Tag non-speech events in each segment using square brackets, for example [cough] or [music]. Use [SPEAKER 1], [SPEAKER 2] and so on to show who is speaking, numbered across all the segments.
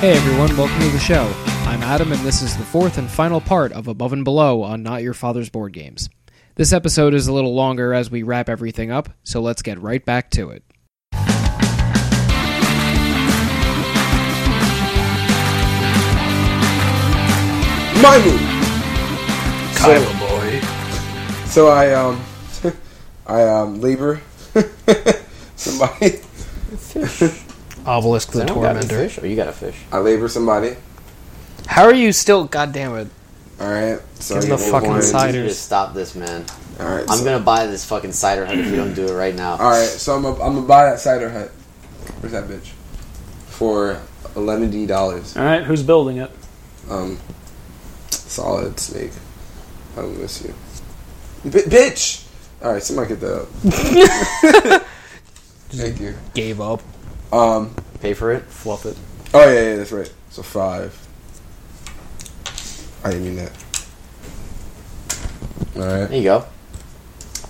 [SPEAKER 1] Hey everyone, welcome to the show. I'm Adam, and this is the fourth and final part of Above and Below on Not Your Father's Board Games. This episode is a little longer as we wrap everything up, so let's get right back to it.
[SPEAKER 2] My move. So,
[SPEAKER 3] boy.
[SPEAKER 2] so I um, [laughs] I um, labor [laughs] somebody.
[SPEAKER 3] Obelisk the
[SPEAKER 4] I don't got any
[SPEAKER 3] Tormentor.
[SPEAKER 4] fish. Oh, you got a fish.
[SPEAKER 2] I labor somebody.
[SPEAKER 3] How are you still? God damn it!
[SPEAKER 2] All right. So
[SPEAKER 3] Give
[SPEAKER 2] I
[SPEAKER 3] him the
[SPEAKER 2] get
[SPEAKER 3] fucking
[SPEAKER 2] one.
[SPEAKER 3] side. Ciders.
[SPEAKER 4] You just stop this, man.
[SPEAKER 2] All right.
[SPEAKER 4] I'm
[SPEAKER 2] so,
[SPEAKER 4] gonna buy this fucking cider hut if you don't do it right now.
[SPEAKER 2] All right. So I'm a, I'm gonna buy that cider hut. Where's that bitch? For eleven D dollars.
[SPEAKER 5] All right, who's building it?
[SPEAKER 2] Um, solid snake. I will miss you, B- bitch. All right. Somebody get that. up.
[SPEAKER 3] [laughs]
[SPEAKER 2] Thank you.
[SPEAKER 3] Gave up.
[SPEAKER 2] Um.
[SPEAKER 4] Pay for it.
[SPEAKER 3] Fluff it.
[SPEAKER 2] Oh yeah, yeah, that's right. So five. I didn't mean that. All right.
[SPEAKER 4] There you go.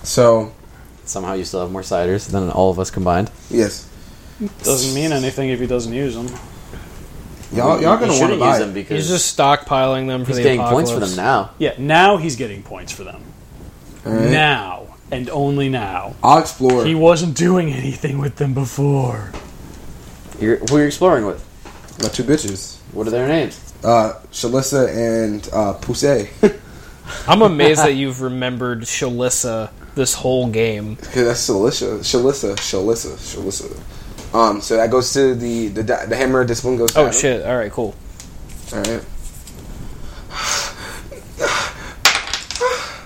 [SPEAKER 2] So
[SPEAKER 4] Somehow you still have more ciders than all of us combined.
[SPEAKER 2] yes,
[SPEAKER 5] Doesn't mean anything if he doesn't use them.
[SPEAKER 2] y'all y'all
[SPEAKER 4] You
[SPEAKER 2] gonna want to
[SPEAKER 4] shouldn't
[SPEAKER 2] buy
[SPEAKER 4] use
[SPEAKER 2] it.
[SPEAKER 4] them because
[SPEAKER 3] He's just stockpiling them for
[SPEAKER 4] he's
[SPEAKER 3] the
[SPEAKER 4] getting
[SPEAKER 3] apocalypse.
[SPEAKER 4] points for them now.
[SPEAKER 5] Yeah, now he's getting points for them.
[SPEAKER 2] All right.
[SPEAKER 5] Now and only now.
[SPEAKER 2] I'll explore.
[SPEAKER 5] He wasn't doing anything with them before.
[SPEAKER 4] You're, who you're exploring with?
[SPEAKER 2] My two bitches,
[SPEAKER 4] What are their names?
[SPEAKER 2] uh, Shalissa and uh, Pousse. [laughs]
[SPEAKER 3] I'm amazed that you've remembered Shalissa this whole game.
[SPEAKER 2] Okay, that's Shalisha, Shalissa, Shalissa, Shalissa. Um, so that goes to the the, di- the hammer. This one goes. To
[SPEAKER 3] Oh
[SPEAKER 2] Adam.
[SPEAKER 3] shit! All right, cool.
[SPEAKER 2] All [sighs] right.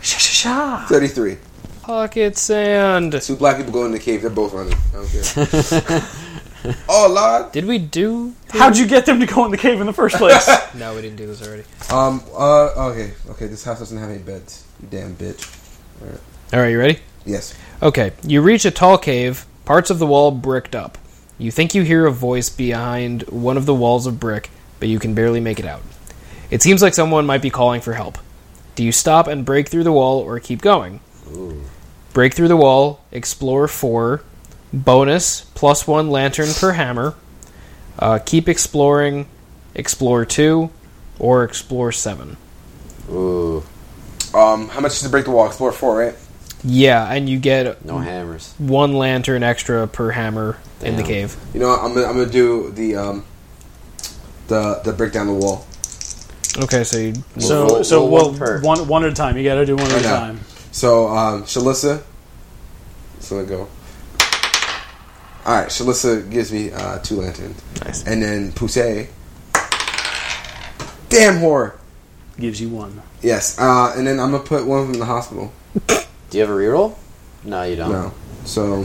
[SPEAKER 3] Sha
[SPEAKER 2] Thirty-three.
[SPEAKER 3] Pocket sand.
[SPEAKER 2] Two black people go in the cave. They're both running. I don't care. [laughs] oh lord.
[SPEAKER 3] Did we do?
[SPEAKER 5] [laughs] How'd you get them to go in the cave in the first
[SPEAKER 3] [laughs]
[SPEAKER 5] place?
[SPEAKER 3] No, we didn't do this already.
[SPEAKER 2] Um. Uh. Okay. Okay. This house doesn't have any beds. You damn bitch.
[SPEAKER 3] All right, you ready?
[SPEAKER 2] Yes.
[SPEAKER 3] Okay, you reach a tall cave, parts of the wall bricked up. You think you hear a voice behind one of the walls of brick, but you can barely make it out. It seems like someone might be calling for help. Do you stop and break through the wall or keep going? Break through the wall, explore four, bonus, plus one lantern per hammer, uh, keep exploring, explore two, or explore seven.
[SPEAKER 4] Ooh,
[SPEAKER 2] Um. How much is to break the wall? Explore four, right?
[SPEAKER 3] Yeah, and you get
[SPEAKER 2] Hmm.
[SPEAKER 4] no hammers.
[SPEAKER 3] one lantern extra per hammer in the
[SPEAKER 4] Damn.
[SPEAKER 3] cave.
[SPEAKER 2] You know, I'm gonna, I'm gonna do the um, the the break down the wall.
[SPEAKER 3] Okay, so you
[SPEAKER 5] so,
[SPEAKER 4] Roll-
[SPEAKER 5] so
[SPEAKER 4] roll
[SPEAKER 5] well,
[SPEAKER 4] one per.
[SPEAKER 5] one, one, at a time. You gotta do one at a
[SPEAKER 2] Yeah.
[SPEAKER 5] time.
[SPEAKER 2] So, um, Shalissa, so let go. All right, Shalissa gives me uh, two lanterns,
[SPEAKER 3] Nice.
[SPEAKER 2] and then Pousse. Damn whore.
[SPEAKER 5] Gives you one.
[SPEAKER 2] Yes. Uh, and then I'm gonna put one from the hospital.
[SPEAKER 4] Do you have a reroll? No, you don't.
[SPEAKER 2] No. So,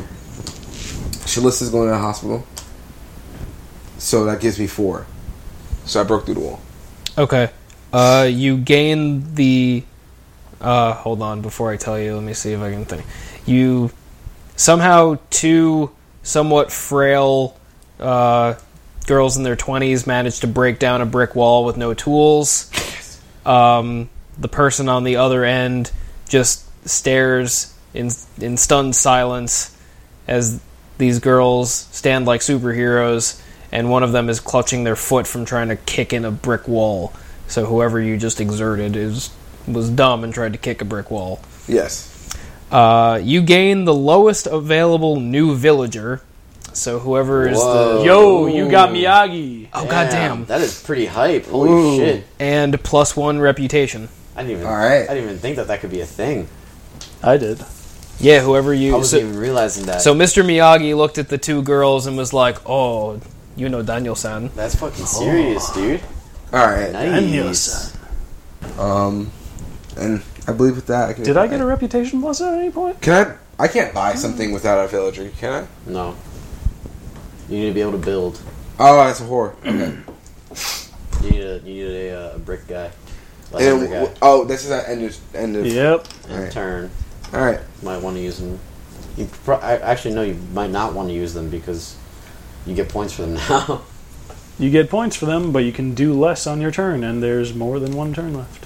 [SPEAKER 2] Shalissa's going to the hospital. So that gives me four. So I broke through the wall.
[SPEAKER 3] Okay. Uh, you gain the. Uh, hold on. Before I tell you, let me see if I can think. You somehow two somewhat frail uh, girls in their twenties managed to break down a brick wall with no tools. Um, the person on the other end just stares in in stunned silence as these girls stand like superheroes, and one of them is clutching their foot from trying to kick in a brick wall. So whoever you just exerted is was dumb and tried to kick a brick wall.
[SPEAKER 2] Yes.
[SPEAKER 3] Uh, you gain the lowest available new villager. So whoever is
[SPEAKER 4] Whoa.
[SPEAKER 2] Oh.
[SPEAKER 3] the
[SPEAKER 5] Yo, you got Miyagi.
[SPEAKER 3] oh goddamn
[SPEAKER 4] That is pretty hype. Holy
[SPEAKER 2] Ooh.
[SPEAKER 4] shit!
[SPEAKER 3] and plus one reputation.
[SPEAKER 4] I didn't even.
[SPEAKER 2] All right.
[SPEAKER 4] I didn't even think that that could be a thing.
[SPEAKER 5] I did.
[SPEAKER 3] Yeah, whoever you.
[SPEAKER 4] I wasn't
[SPEAKER 3] so,
[SPEAKER 4] even realizing that.
[SPEAKER 3] so Mr. Miyagi looked at the two girls and was like, "Oh, you know Daniel-san."
[SPEAKER 4] that's fucking serious, dude.
[SPEAKER 2] All right.
[SPEAKER 4] Nice.
[SPEAKER 2] Um, and I believe with that, I can
[SPEAKER 5] Did I get a reputation plus at any point?
[SPEAKER 2] Can I? I can't buy something without a villager. Can I?
[SPEAKER 4] No. You need to be able to build.
[SPEAKER 2] Oh, that's a whore. Okay.
[SPEAKER 4] You need a you need a, uh, a brick guy. Like
[SPEAKER 2] and
[SPEAKER 4] a brick guy.
[SPEAKER 2] oh, this is at end of end of.
[SPEAKER 5] Yep.
[SPEAKER 4] And
[SPEAKER 2] Alright.
[SPEAKER 4] turn.
[SPEAKER 2] All right.
[SPEAKER 4] Might want to use them. You pro- I, actually no. You might not want to use them because you get points for them [laughs] now.
[SPEAKER 5] You get points for them, but you can do less on your turn, and there's more than one turn left.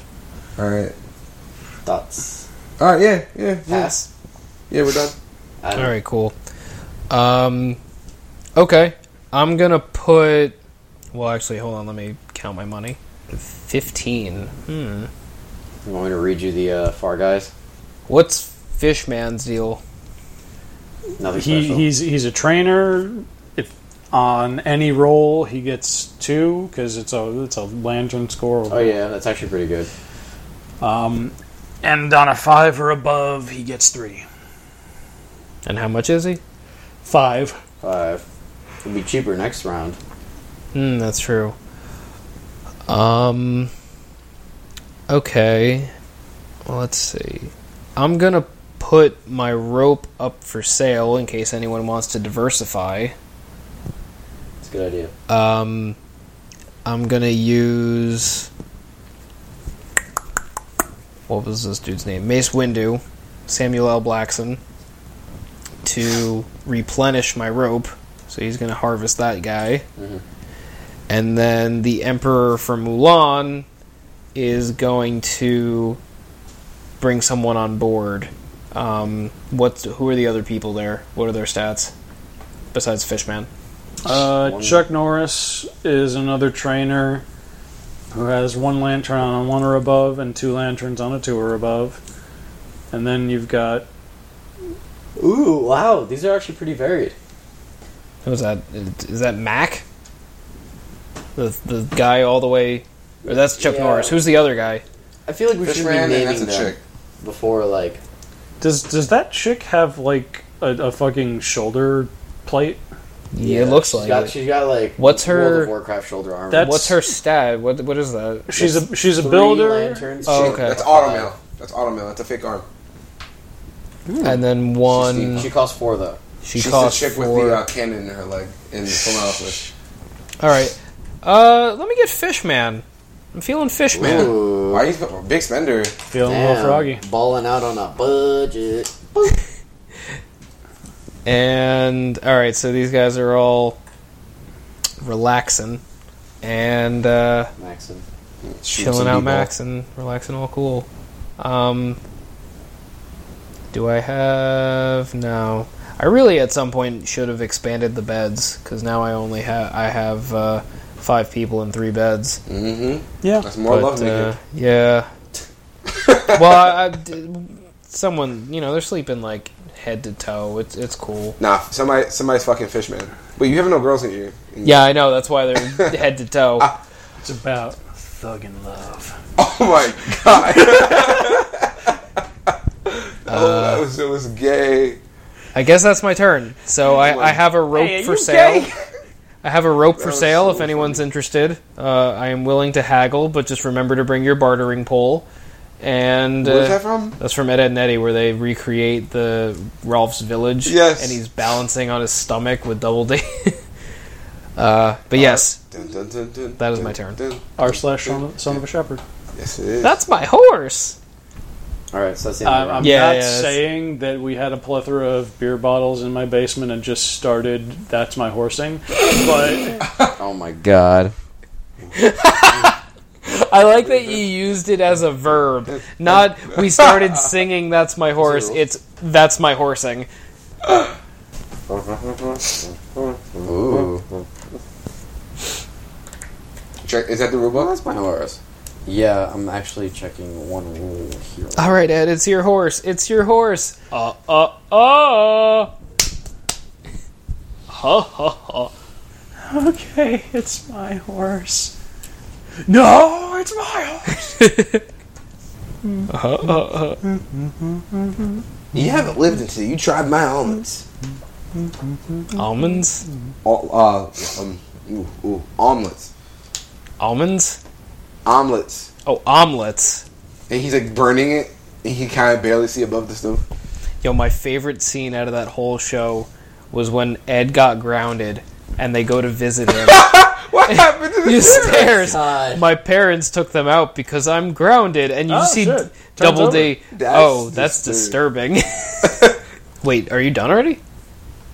[SPEAKER 2] All right.
[SPEAKER 4] That's
[SPEAKER 2] All right. Yeah. Yeah. Yeah.
[SPEAKER 4] pass.
[SPEAKER 2] Yeah. We're done.
[SPEAKER 4] I
[SPEAKER 3] All
[SPEAKER 4] don't-
[SPEAKER 3] right, cool. Um, okay, I'm gonna put Well, actually, hold on. Let me count my money. Fifteen. Hmm.
[SPEAKER 4] You want me to read you the uh, Far Guys?
[SPEAKER 3] What's Fishman's deal?
[SPEAKER 4] Nothing
[SPEAKER 5] He,
[SPEAKER 4] special.
[SPEAKER 5] he's he's a trainer. If on any roll he gets two because it's a it's a lantern score.
[SPEAKER 4] oh yeah, that's actually pretty good.
[SPEAKER 5] Um, and on a five or above he gets three.
[SPEAKER 3] And how much is he?
[SPEAKER 5] Five.
[SPEAKER 4] Uh, it'll be cheaper next round.
[SPEAKER 3] Hmm, that's true. Um. Okay. Well, let's see. I'm gonna put my rope up for sale in case anyone wants to diversify.
[SPEAKER 4] It's a good idea.
[SPEAKER 3] Um, I'm gonna use what was this dude's name? Mace Windu, Samuel L. Blackson, to replenish my rope. So he's gonna harvest that guy,
[SPEAKER 4] Mhm.
[SPEAKER 3] and then the Emperor from Mulan is going to bring someone on board. Um, what's who are the other people there? What are their stats besides Fishman?
[SPEAKER 5] Uh,
[SPEAKER 4] One-
[SPEAKER 5] Chuck Norris is another trainer who has one lantern on a one or above and two lanterns on a two or above. And then you've got
[SPEAKER 4] Ooh, wow, these are actually pretty varied.
[SPEAKER 3] Who is that? Is that Mac? The the guy all the way, or that's Chuck
[SPEAKER 4] Yeah.
[SPEAKER 3] Norris. Who's the other guy?
[SPEAKER 4] I feel like we should
[SPEAKER 2] Fishman,
[SPEAKER 4] be
[SPEAKER 2] and
[SPEAKER 4] naming
[SPEAKER 2] that's a
[SPEAKER 4] them
[SPEAKER 2] chick.
[SPEAKER 4] before like
[SPEAKER 5] does does that chick have like a, a fucking shoulder plate?
[SPEAKER 3] it looks
[SPEAKER 4] she's
[SPEAKER 3] like.
[SPEAKER 4] got,
[SPEAKER 3] it.
[SPEAKER 4] she's got like
[SPEAKER 3] What's
[SPEAKER 4] World
[SPEAKER 3] her-
[SPEAKER 4] of Warcraft shoulder armor.
[SPEAKER 5] That's-
[SPEAKER 3] What's her stat? What what is that?
[SPEAKER 5] She's a she's a
[SPEAKER 4] Three
[SPEAKER 5] builder.
[SPEAKER 4] lanterns.
[SPEAKER 3] Oh,
[SPEAKER 2] Shit,
[SPEAKER 3] okay.
[SPEAKER 2] That's automail. That's automail. That's a fake arm. Hmm.
[SPEAKER 3] And then one.
[SPEAKER 4] She, she costs four though.
[SPEAKER 3] She,
[SPEAKER 2] She's the
[SPEAKER 3] costs
[SPEAKER 2] chick
[SPEAKER 3] four.
[SPEAKER 2] with the uh, cannon in her leg in Full Office.
[SPEAKER 3] all right. Uh, let me get Fishman. I'm feeling Fishman.
[SPEAKER 4] Ooh.
[SPEAKER 2] Why he's a big spender?
[SPEAKER 5] Feeling a
[SPEAKER 4] Damn,
[SPEAKER 5] little froggy.
[SPEAKER 4] Balling out on a budget.
[SPEAKER 3] And all right, so these guys are all relaxing and uh,
[SPEAKER 4] Maxim.
[SPEAKER 2] Shoot some
[SPEAKER 3] chilling out,
[SPEAKER 2] people.
[SPEAKER 3] Max, and relaxing, all cool. Um, do I have no? I really at some point should have expanded the beds because now I only have I have uh, five people in three beds.
[SPEAKER 2] Mm-hmm.
[SPEAKER 5] Yeah.
[SPEAKER 2] That's more love,
[SPEAKER 3] uh,
[SPEAKER 2] nigga. [laughs]
[SPEAKER 3] yeah. well, I, I d- someone you know they're sleeping like head to toe. It's it's cool.
[SPEAKER 2] Nah, somebody, somebody's fucking fish man. Wait, you [laughs] have no girls in your. in your-
[SPEAKER 3] Yeah, I know that's why
[SPEAKER 2] [laughs]
[SPEAKER 3] they're head to toe.
[SPEAKER 5] It's about thugging love.
[SPEAKER 2] Oh my
[SPEAKER 3] [laughs]
[SPEAKER 2] god.
[SPEAKER 3] Uh,
[SPEAKER 2] oh, that was it was gay.
[SPEAKER 3] I guess that's my turn. So I, I have a rope
[SPEAKER 2] Hey, are
[SPEAKER 3] for
[SPEAKER 2] you
[SPEAKER 3] sale.
[SPEAKER 2] gay?
[SPEAKER 3] I have a rope for
[SPEAKER 2] was
[SPEAKER 3] sale
[SPEAKER 2] so
[SPEAKER 3] if anyone's interested. Uh, I am willing to haggle, but just remember to bring your bartering pole. And
[SPEAKER 2] Where's
[SPEAKER 3] uh,
[SPEAKER 2] that from?
[SPEAKER 3] that's from Ed, Ed and Eddie, where they recreate the Rolf's village.
[SPEAKER 2] Yes.
[SPEAKER 3] and he's balancing on his stomach with double D. [laughs] uh, but yes,
[SPEAKER 2] Dun, dun, dun, dun,
[SPEAKER 3] That is my
[SPEAKER 2] dun,
[SPEAKER 3] turn.
[SPEAKER 2] dun.
[SPEAKER 5] R slash son of, son of a shepherd.
[SPEAKER 2] Yes, it is.
[SPEAKER 3] that's my horse.
[SPEAKER 4] All right, so that's the end
[SPEAKER 5] I'm,
[SPEAKER 4] of
[SPEAKER 5] I'm
[SPEAKER 4] the round.
[SPEAKER 3] Yeah,
[SPEAKER 5] not
[SPEAKER 3] yeah, that's-
[SPEAKER 5] saying that we had a plethora of beer bottles in my basement and just started that's my horsing, but
[SPEAKER 4] Oh my god.
[SPEAKER 3] I like that you used it as a verb. Not we [laughs] started singing. That's my horse. It's that's my horsing.
[SPEAKER 4] Ooh.
[SPEAKER 2] Check- is that the robot?
[SPEAKER 4] That's my horse. Yeah, I'm actually checking one rule here.
[SPEAKER 3] All right, Ed, it's your horse. It's your horse. Uh, uh, uh. Ha, ha, ha.
[SPEAKER 5] okay, it's my horse. No, it's my horse.
[SPEAKER 3] [laughs] Uh, uh, uh.
[SPEAKER 2] You haven't lived until you tried my almonds.
[SPEAKER 3] Almonds?
[SPEAKER 2] Al- uh, um, ooh, ooh, omelets,
[SPEAKER 3] Almonds?
[SPEAKER 2] omelets.
[SPEAKER 3] Oh, omelets.
[SPEAKER 2] And he's like burning it, and he kind of barely see above the stove.
[SPEAKER 3] Yo, my favorite scene out of that whole show was when Ed got grounded and they go to visit
[SPEAKER 5] [laughs]
[SPEAKER 3] him.
[SPEAKER 2] [laughs] What happened to
[SPEAKER 3] the
[SPEAKER 2] this?
[SPEAKER 3] stairs.
[SPEAKER 4] God.
[SPEAKER 3] My parents took them out because I'm grounded, and you
[SPEAKER 5] Oh,
[SPEAKER 3] see
[SPEAKER 5] shit. Turns
[SPEAKER 3] Double
[SPEAKER 5] over.
[SPEAKER 3] D.
[SPEAKER 2] That's
[SPEAKER 3] oh, that's
[SPEAKER 2] disturbing.
[SPEAKER 4] [laughs]
[SPEAKER 3] disturbing. Wait, are you done already?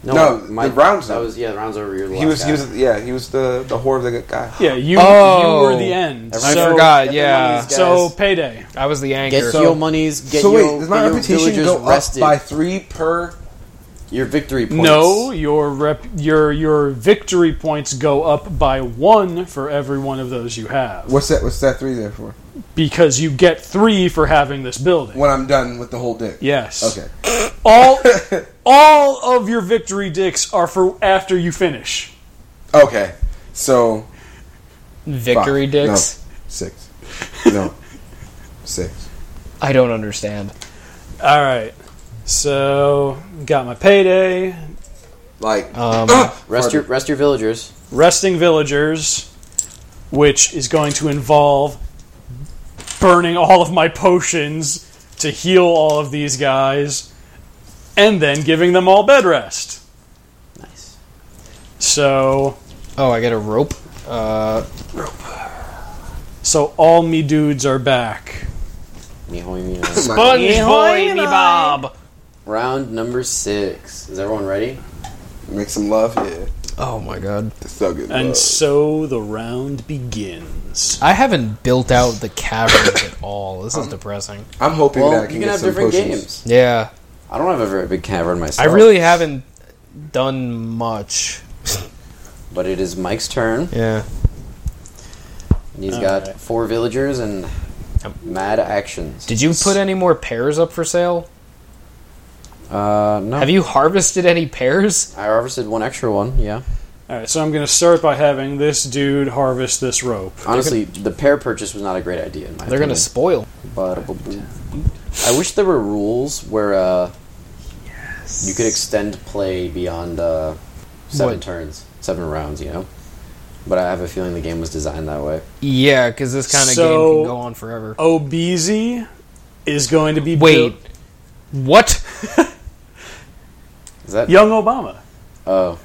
[SPEAKER 2] No, the round's
[SPEAKER 4] That
[SPEAKER 2] up.
[SPEAKER 4] was yeah, the rounds over your last
[SPEAKER 2] He was, he
[SPEAKER 4] guy.
[SPEAKER 2] was, yeah, he was the the whore of the guy.
[SPEAKER 5] Yeah, you
[SPEAKER 3] Oh.
[SPEAKER 5] you were the end.
[SPEAKER 3] I
[SPEAKER 5] so,
[SPEAKER 3] forgot.
[SPEAKER 4] everyone
[SPEAKER 3] Yeah,
[SPEAKER 4] is-
[SPEAKER 5] So
[SPEAKER 4] Guys.
[SPEAKER 5] payday.
[SPEAKER 3] I was the anchor.
[SPEAKER 4] Get your monies, get
[SPEAKER 2] so
[SPEAKER 4] your,
[SPEAKER 2] wait, does my
[SPEAKER 4] get your
[SPEAKER 2] reputation
[SPEAKER 4] villagers
[SPEAKER 2] go
[SPEAKER 4] rested.
[SPEAKER 2] up by three per
[SPEAKER 4] Your victory points.
[SPEAKER 5] No, your rep, your your victory points go up by one for every one of those you have
[SPEAKER 2] What's that? What's that three there for?
[SPEAKER 5] because you get three for having this building.
[SPEAKER 2] When I'm done with the whole dick.
[SPEAKER 5] Yes.
[SPEAKER 2] Okay.
[SPEAKER 5] All all of your victory dicks are for after you finish.
[SPEAKER 2] Okay. So
[SPEAKER 3] Victory
[SPEAKER 2] Fuck.
[SPEAKER 3] dicks?
[SPEAKER 2] No. Six. No. Six.
[SPEAKER 3] I don't understand.
[SPEAKER 5] All right. So got my payday.
[SPEAKER 4] Uh,
[SPEAKER 2] Like
[SPEAKER 3] Um,
[SPEAKER 4] Rest your rest your villagers.
[SPEAKER 5] resting villagers, which is going to involve burning all of my potions to heal all of these guys, and then giving them all bed rest.
[SPEAKER 4] Nice.
[SPEAKER 5] So,
[SPEAKER 3] oh, I get a rope. Uh,
[SPEAKER 5] so all me dudes are back.
[SPEAKER 4] Me hoy, me
[SPEAKER 2] [laughs]
[SPEAKER 4] hoy.
[SPEAKER 5] Sponge boy, me bob.
[SPEAKER 4] Round number six. Is everyone ready?
[SPEAKER 2] make some love. Yeah.
[SPEAKER 3] oh my god.
[SPEAKER 2] It's so good.
[SPEAKER 5] And
[SPEAKER 2] love.
[SPEAKER 5] so the round begins.
[SPEAKER 3] I haven't built out the caverns at all. This is depressing.
[SPEAKER 2] I'm hoping
[SPEAKER 4] Well,
[SPEAKER 2] that I
[SPEAKER 4] you
[SPEAKER 2] can
[SPEAKER 4] can
[SPEAKER 2] get
[SPEAKER 4] have
[SPEAKER 2] some
[SPEAKER 4] different
[SPEAKER 2] potions.
[SPEAKER 4] games.
[SPEAKER 3] Yeah.
[SPEAKER 4] I don't have a very big cavern
[SPEAKER 3] I
[SPEAKER 4] myself.
[SPEAKER 3] really haven't done much.
[SPEAKER 4] But it is Mike's turn.
[SPEAKER 3] Yeah.
[SPEAKER 4] And
[SPEAKER 3] Oh,
[SPEAKER 4] he's
[SPEAKER 5] All
[SPEAKER 4] got
[SPEAKER 5] right.
[SPEAKER 4] four villagers and mad actions.
[SPEAKER 3] Did you put any more pears up for sale?
[SPEAKER 4] Uh, no.
[SPEAKER 3] Have you harvested any pears?
[SPEAKER 4] I harvested one extra one. Yeah.
[SPEAKER 5] All right, so I'm going to start by having this dude harvest this rope.
[SPEAKER 4] Honestly, the pair purchase was not a great idea. In my
[SPEAKER 3] They're gonna
[SPEAKER 4] opinion.
[SPEAKER 3] spoil.
[SPEAKER 4] But I wish there were rules where uh, you could extend play beyond uh, seven
[SPEAKER 3] What?
[SPEAKER 4] turns, seven rounds. You know. But I have a feeling the game was designed that way.
[SPEAKER 3] Yeah, because this kind of
[SPEAKER 5] So-
[SPEAKER 3] game can go on forever.
[SPEAKER 5] Obeezy is going to be
[SPEAKER 3] Wait.
[SPEAKER 5] built-
[SPEAKER 3] What?
[SPEAKER 4] Is that?
[SPEAKER 5] young Obama.
[SPEAKER 4] Oh,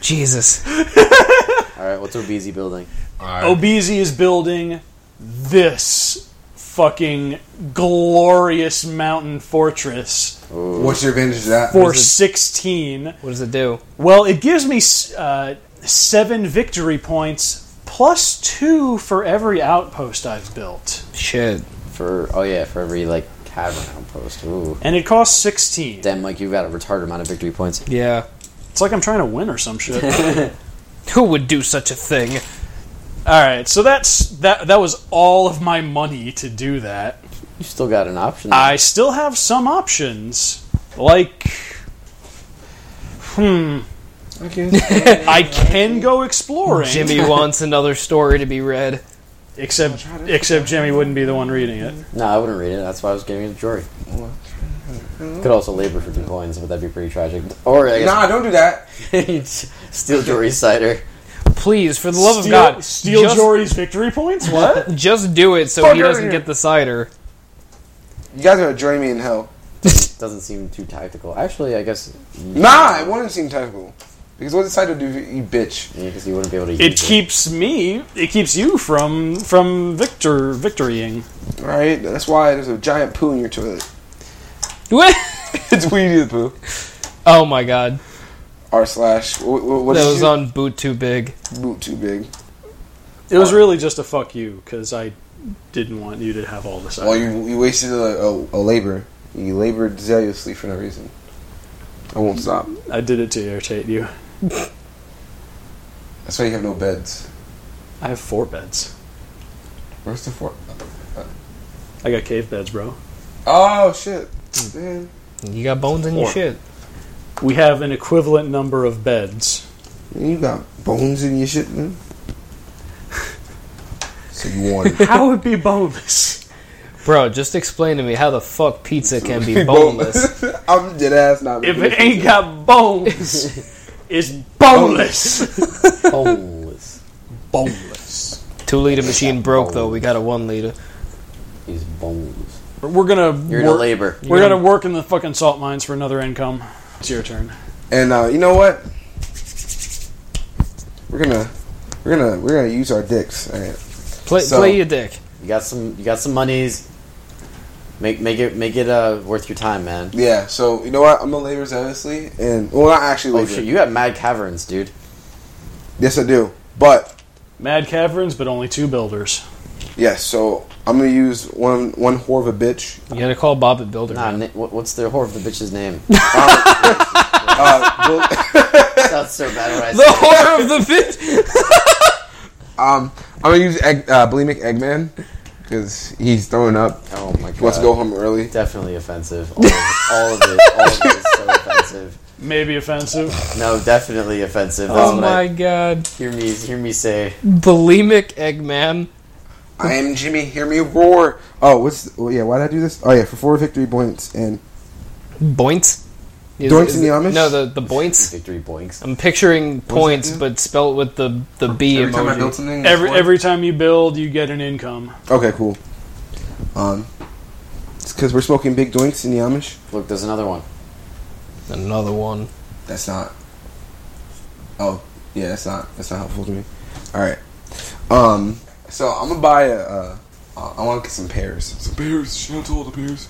[SPEAKER 3] Jesus. Oh.
[SPEAKER 4] all right. What's Obese building?
[SPEAKER 5] Obeezy is building this fucking glorious mountain fortress
[SPEAKER 2] What's your advantage of that?
[SPEAKER 5] for
[SPEAKER 3] is it?
[SPEAKER 5] 16.
[SPEAKER 3] What does it do?
[SPEAKER 5] Well, it gives me s- uh, seven victory points plus two for every outpost I've built.
[SPEAKER 3] Shit.
[SPEAKER 4] For oh yeah, for every like cavern outpost. Ooh.
[SPEAKER 5] And it costs 16.
[SPEAKER 4] Damn, Mike, you've got a retarded amount of victory points.
[SPEAKER 3] Yeah.
[SPEAKER 5] It's like I'm trying to win or some shit. [laughs]
[SPEAKER 3] Who would do such a thing?
[SPEAKER 5] All right, so that's that that was all of my money to do that.
[SPEAKER 4] You still got an option. there.
[SPEAKER 5] I still have some options. Like hmm, I can go exploring.
[SPEAKER 3] Jimmy wants another story to be read.
[SPEAKER 5] Except, except Jimmy wouldn't be the one reading it.
[SPEAKER 4] No, I wouldn't read it. That's why I was giving it to Jory. Could also labor for two coins, but that'd be pretty tragic. Or
[SPEAKER 2] [laughs]
[SPEAKER 4] I
[SPEAKER 2] Nah,
[SPEAKER 4] guess
[SPEAKER 2] don't do that.
[SPEAKER 4] [laughs] you'd steal Jory's cider.
[SPEAKER 3] Please, for the love
[SPEAKER 5] steal,
[SPEAKER 3] of God,
[SPEAKER 5] steal
[SPEAKER 3] just,
[SPEAKER 5] Jory's victory points. What?
[SPEAKER 3] just do it so he
[SPEAKER 2] outta
[SPEAKER 3] doesn't
[SPEAKER 2] here.
[SPEAKER 3] get the cider. [laughs]
[SPEAKER 2] You guys are joining me in hell.
[SPEAKER 4] Doesn't seem too tactical. Actually, I guess.
[SPEAKER 2] Nah, it wouldn't seem tactical. Because what did Saito do, you bitch?
[SPEAKER 4] Because you wouldn't be able to. Use
[SPEAKER 5] [laughs] It keeps me. It keeps you from from victor victorying.
[SPEAKER 2] Right? That's why there's a giant poo in your toilet. [laughs]
[SPEAKER 3] What?
[SPEAKER 2] it's Weedy the poo.
[SPEAKER 3] oh my God,
[SPEAKER 2] R slash. What, what, what
[SPEAKER 3] that
[SPEAKER 2] did
[SPEAKER 3] was
[SPEAKER 2] you-
[SPEAKER 3] on boot too big.
[SPEAKER 2] Boot too big.
[SPEAKER 5] It was really just a fuck you because I didn't want you to have all this.
[SPEAKER 2] Well, you, you wasted a, a, a labor. You labored zealously for no reason. I won't stop.
[SPEAKER 5] I did it to irritate you.
[SPEAKER 2] That's why you have no beds.
[SPEAKER 5] I have four beds.
[SPEAKER 2] Where's the four?
[SPEAKER 5] I got cave beds, bro.
[SPEAKER 2] Oh, shit. Man.
[SPEAKER 3] You got bones in your
[SPEAKER 5] Or-
[SPEAKER 3] shit.
[SPEAKER 5] We have an equivalent number of beds.
[SPEAKER 2] Man, You got bones in your shit, man. so you won.
[SPEAKER 5] [laughs] [laughs] How would be boneless?
[SPEAKER 3] Bro, just explain to me how the fuck pizza can
[SPEAKER 2] [laughs]
[SPEAKER 3] be boneless.
[SPEAKER 2] I'm dead ass not.
[SPEAKER 5] If
[SPEAKER 2] making
[SPEAKER 5] it
[SPEAKER 2] this
[SPEAKER 5] ain't got bones, it's boneless.
[SPEAKER 4] boneless.
[SPEAKER 5] boneless.
[SPEAKER 3] Two liter machine broke though. We got a one liter.
[SPEAKER 4] He's boneless.
[SPEAKER 5] We're gonna
[SPEAKER 4] You're in a
[SPEAKER 5] work-
[SPEAKER 4] labor.
[SPEAKER 5] We're gonna work in the fucking salt mines for another income. It's your turn.
[SPEAKER 2] And uh, you know what? We're gonna we're gonna we're gonna use our dicks. All right.
[SPEAKER 3] Play,
[SPEAKER 2] So-
[SPEAKER 3] play your dick.
[SPEAKER 4] You got some. You got some monies. Make make it make it uh worth your time, man.
[SPEAKER 2] Yeah. So you know what? I'm gonna labor zealously, and well, not actually
[SPEAKER 4] Oh
[SPEAKER 2] labor.
[SPEAKER 4] shit! You got mad caverns, dude.
[SPEAKER 2] yes, I do. But
[SPEAKER 5] Mad caverns, but only two builders.
[SPEAKER 2] yes, so I'm gonna use one one whore of a bitch.
[SPEAKER 3] You gotta call Bob the Builder.
[SPEAKER 4] Nah,
[SPEAKER 3] man. [laughs]
[SPEAKER 4] na- what, what's the whore of the bitch's name?
[SPEAKER 2] Uh, well,
[SPEAKER 4] Sounds so bad when I
[SPEAKER 3] The
[SPEAKER 4] say it.
[SPEAKER 3] horror of the bit.
[SPEAKER 2] um, I'm gonna use egg, uh, bulimic Eggman because he's throwing up.
[SPEAKER 4] Oh my god.
[SPEAKER 2] He wants to go home early.
[SPEAKER 4] Definitely offensive. All of, all of it. All of it is so offensive. [laughs]
[SPEAKER 5] Maybe offensive.
[SPEAKER 4] No, definitely offensive. That's
[SPEAKER 3] Oh
[SPEAKER 4] what
[SPEAKER 3] my
[SPEAKER 4] I
[SPEAKER 3] god.
[SPEAKER 4] hear me hear me say.
[SPEAKER 3] Bulimic Eggman.
[SPEAKER 2] I am Jimmy. Hear me roar. Oh, what's? Oh, yeah, why did I do this? Oh yeah, for four victory points and
[SPEAKER 3] Boint. Is-
[SPEAKER 2] Doinks
[SPEAKER 3] is
[SPEAKER 2] in the
[SPEAKER 3] it-
[SPEAKER 2] Amish?
[SPEAKER 3] No, the, the boints.
[SPEAKER 4] Victory boinks.
[SPEAKER 3] I'm picturing points,
[SPEAKER 2] do?
[SPEAKER 3] but spelt with the, the B
[SPEAKER 2] every time I build
[SPEAKER 3] emoji.
[SPEAKER 2] something. it's
[SPEAKER 5] Every
[SPEAKER 2] one.
[SPEAKER 5] every time you build, you get an income.
[SPEAKER 2] Okay, cool. Um, it's because we're smoking big doinks in the Amish.
[SPEAKER 4] Look, there's another one.
[SPEAKER 3] Another one.
[SPEAKER 2] That's not. Oh, yeah, that's not. That's not helpful to me. All right. Um. So I'm gonna buy a. Uh, uh, I want to get some pears. Some pears. Shout out to all the pears.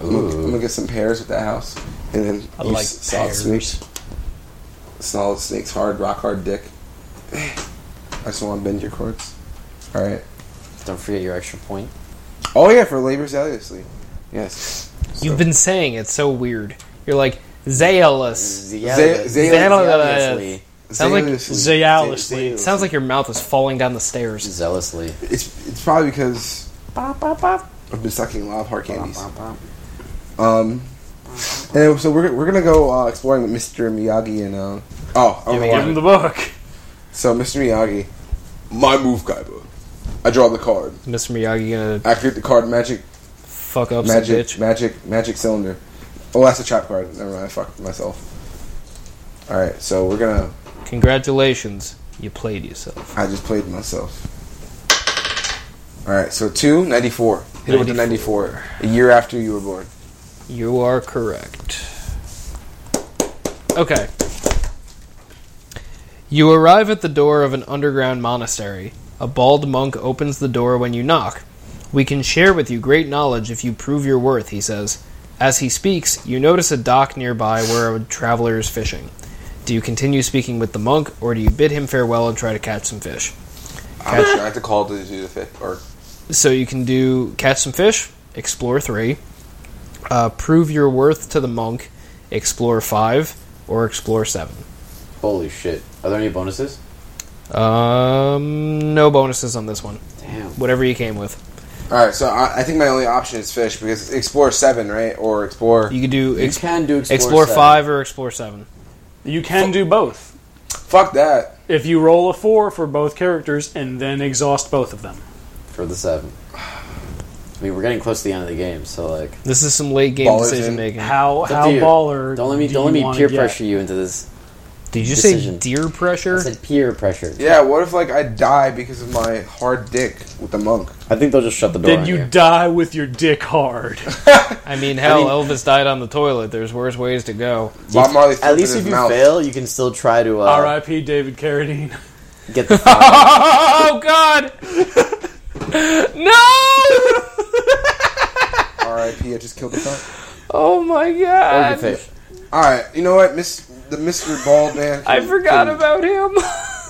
[SPEAKER 2] I'm gonna, I'm gonna
[SPEAKER 4] Ooh.
[SPEAKER 2] get some pears at that house, and then
[SPEAKER 3] I
[SPEAKER 2] use
[SPEAKER 3] like
[SPEAKER 2] solid
[SPEAKER 3] pears.
[SPEAKER 2] snakes. Solid snakes, hard rock, hard dick. I just want to bend your cords. All right.
[SPEAKER 4] Don't forget your extra point.
[SPEAKER 2] Oh yeah, for labor zealously. Yes.
[SPEAKER 3] You've been saying it's so weird. You're like, zealous.
[SPEAKER 4] Zeal-
[SPEAKER 2] Zeal-
[SPEAKER 4] Zealously.
[SPEAKER 3] Sounds like
[SPEAKER 5] Zealously.
[SPEAKER 2] Zealously.
[SPEAKER 3] Sounds like your mouth is falling down the stairs.
[SPEAKER 4] Zealously.
[SPEAKER 2] It's it's probably because I've been sucking a lot of hard candies. Um, and so we're, we're gonna go uh, exploring with Mr. Miyagi and uh, oh, oh
[SPEAKER 5] Give him the book.
[SPEAKER 2] so Mr. Miyagi, my move, Kaiba. I draw the card.
[SPEAKER 3] Mr. Miyagi gonna
[SPEAKER 2] I create the card magic,
[SPEAKER 3] fuck up some
[SPEAKER 2] magic,
[SPEAKER 3] bitch.
[SPEAKER 2] magic, magic cylinder. Oh, that's a trap card. Never mind. I fucked myself. All right, so we're gonna.
[SPEAKER 3] Congratulations, you played yourself.
[SPEAKER 2] I just played myself. All right, so two ninety four. Hit it with the ninety four. A year after you were born.
[SPEAKER 3] You are correct. Okay. You arrive at the door of an underground monastery. A bald monk opens the door when you knock. We can share with you great knowledge if you prove your worth, he says. As he speaks, you notice a dock nearby where a traveler is fishing. Do you continue speaking with the monk, or do you bid him farewell and try to catch some fish?
[SPEAKER 2] I'm sure I have to call to do the fifth or
[SPEAKER 3] So you can do catch some fish, explore three, uh, prove your worth to the monk, explore five, or explore seven.
[SPEAKER 4] Holy shit. Are there any bonuses?
[SPEAKER 3] Um, no bonuses on this one.
[SPEAKER 4] Damn.
[SPEAKER 3] Whatever you came with,
[SPEAKER 2] All right, so I, I think my only option is fish because explore seven, right? Or explore.
[SPEAKER 3] you could do
[SPEAKER 4] You
[SPEAKER 3] ex-
[SPEAKER 4] can do
[SPEAKER 3] explore,
[SPEAKER 4] explore, seven.
[SPEAKER 3] five or explore seven.
[SPEAKER 5] You can do both.
[SPEAKER 2] Fuck that.
[SPEAKER 5] If you roll a four for both characters and then exhaust both of them.
[SPEAKER 4] for the seven. I mean, we're getting close to the end of the game, so like,
[SPEAKER 3] This is some late game
[SPEAKER 2] Ballers
[SPEAKER 3] decision
[SPEAKER 2] in.
[SPEAKER 3] making.
[SPEAKER 5] How
[SPEAKER 4] It's up
[SPEAKER 5] how
[SPEAKER 4] to you.
[SPEAKER 5] baller?
[SPEAKER 4] don't let me
[SPEAKER 5] do
[SPEAKER 4] don't let
[SPEAKER 5] you
[SPEAKER 4] me
[SPEAKER 5] wanna
[SPEAKER 4] peer
[SPEAKER 5] get?
[SPEAKER 4] pressure you into this.
[SPEAKER 3] Did you
[SPEAKER 4] Decision.
[SPEAKER 3] say deer pressure?
[SPEAKER 4] I said peer pressure.
[SPEAKER 2] Yeah, what if like I die because of my hard dick with the monk?
[SPEAKER 4] I think they'll just shut the door.
[SPEAKER 5] Then
[SPEAKER 4] on
[SPEAKER 5] you
[SPEAKER 4] you?
[SPEAKER 5] die with your dick
[SPEAKER 4] [laughs]
[SPEAKER 5] hard.
[SPEAKER 3] I mean, hell, Elvis died on the toilet. There's worse ways to go.
[SPEAKER 2] Bob Marley.
[SPEAKER 4] At
[SPEAKER 2] flipped
[SPEAKER 4] least
[SPEAKER 2] in
[SPEAKER 4] if
[SPEAKER 2] his
[SPEAKER 4] you
[SPEAKER 2] mouth.
[SPEAKER 4] fail, you can still try to uh,
[SPEAKER 5] R.I.P. David Carradine.
[SPEAKER 4] get the five.
[SPEAKER 3] Oh God! [laughs] no!
[SPEAKER 2] R.I.P. I just killed the cunt.
[SPEAKER 3] Oh my
[SPEAKER 4] or get
[SPEAKER 3] God!
[SPEAKER 5] [laughs]
[SPEAKER 4] fish.
[SPEAKER 2] All right, you know what, Miss the Mr. Bald Man.
[SPEAKER 3] I
[SPEAKER 2] can-
[SPEAKER 3] forgot
[SPEAKER 2] can-
[SPEAKER 3] about him.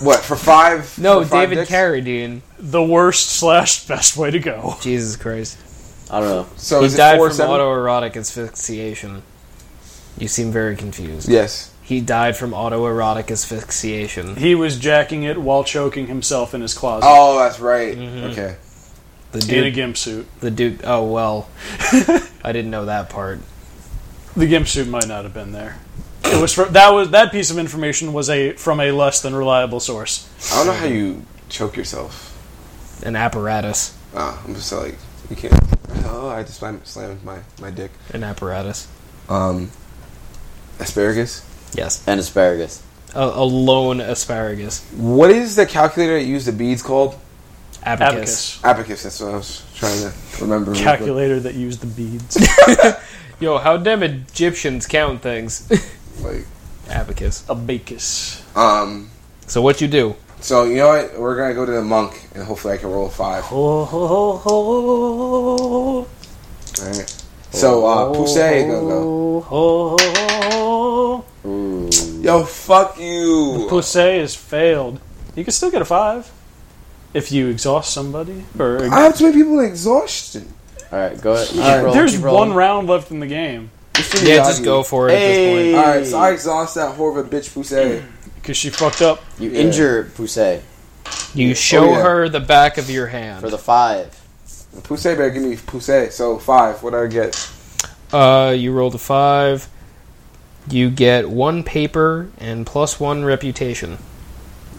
[SPEAKER 2] what for five.
[SPEAKER 3] no,
[SPEAKER 2] for five
[SPEAKER 3] David
[SPEAKER 2] dicks?
[SPEAKER 3] Carradine.
[SPEAKER 5] The worst slash best way to go.
[SPEAKER 3] Jesus Christ!
[SPEAKER 4] I don't know.
[SPEAKER 2] So
[SPEAKER 3] he
[SPEAKER 2] Oh, is
[SPEAKER 3] died
[SPEAKER 2] it four
[SPEAKER 3] from
[SPEAKER 2] seven?
[SPEAKER 3] autoerotic asphyxiation. You seem very confused.
[SPEAKER 2] Yes.
[SPEAKER 3] He died from autoerotic asphyxiation.
[SPEAKER 5] He was jacking it while choking himself in his closet
[SPEAKER 2] Oh, that's right.
[SPEAKER 3] Mm-hmm.
[SPEAKER 2] Okay.
[SPEAKER 3] The
[SPEAKER 5] in a
[SPEAKER 3] dude.
[SPEAKER 5] gimp suit.
[SPEAKER 3] The dude. Oh well. [laughs] I didn't know that part.
[SPEAKER 5] The gimp suit might not have been there. It was from, that was that piece of information was a from a less than reliable source.
[SPEAKER 2] I don't know how you choke yourself.
[SPEAKER 3] An apparatus.
[SPEAKER 2] Ah, I'm just like you can't. Oh, I just slammed, slammed my my dick.
[SPEAKER 3] An apparatus.
[SPEAKER 2] Um, asparagus.
[SPEAKER 3] Yes.
[SPEAKER 4] And asparagus.
[SPEAKER 3] A, a lone asparagus.
[SPEAKER 2] What is the calculator that used the beads called?
[SPEAKER 3] Abacus.
[SPEAKER 5] Abacus
[SPEAKER 2] Abacus. That's what I was trying to remember. real quick.
[SPEAKER 5] calculator that used the beads. [laughs]
[SPEAKER 3] Yo, how damn Egyptians count things? [laughs]
[SPEAKER 2] Like,
[SPEAKER 3] Abacus.
[SPEAKER 5] Abacus.
[SPEAKER 2] um.
[SPEAKER 3] So what you do?
[SPEAKER 2] So you know what? We're gonna go to the monk, and hopefully I can roll a five.
[SPEAKER 5] Oh, ho, ho, ho.
[SPEAKER 2] All right. So uh, Pusey gonna go.
[SPEAKER 5] Oh, ho, ho, ho.
[SPEAKER 4] Ooh.
[SPEAKER 2] Yo, fuck you.
[SPEAKER 5] Pussy has failed. You can still get a five if you exhaust somebody. Or
[SPEAKER 2] I have too many people in exhaustion.
[SPEAKER 4] All right, go ahead. Keep
[SPEAKER 2] All right.
[SPEAKER 4] rolling,
[SPEAKER 5] there's
[SPEAKER 4] keep rolling.
[SPEAKER 5] one round left in the game.
[SPEAKER 2] It's Fumiagi.
[SPEAKER 3] Yeah, just go for it at this
[SPEAKER 4] Hey.
[SPEAKER 3] point.
[SPEAKER 2] Alright, so I exhaust that whore of a bitch Pusey.
[SPEAKER 5] because she fucked up.
[SPEAKER 4] You
[SPEAKER 2] Yeah.
[SPEAKER 4] injure Poussey
[SPEAKER 3] You show
[SPEAKER 2] Oh, yeah.
[SPEAKER 3] her the back of your hand.
[SPEAKER 4] for the five.
[SPEAKER 2] Pusey better give me Pusey. So, five. What did I get?
[SPEAKER 3] Uh, you rolled a five. You get one paper and plus one reputation.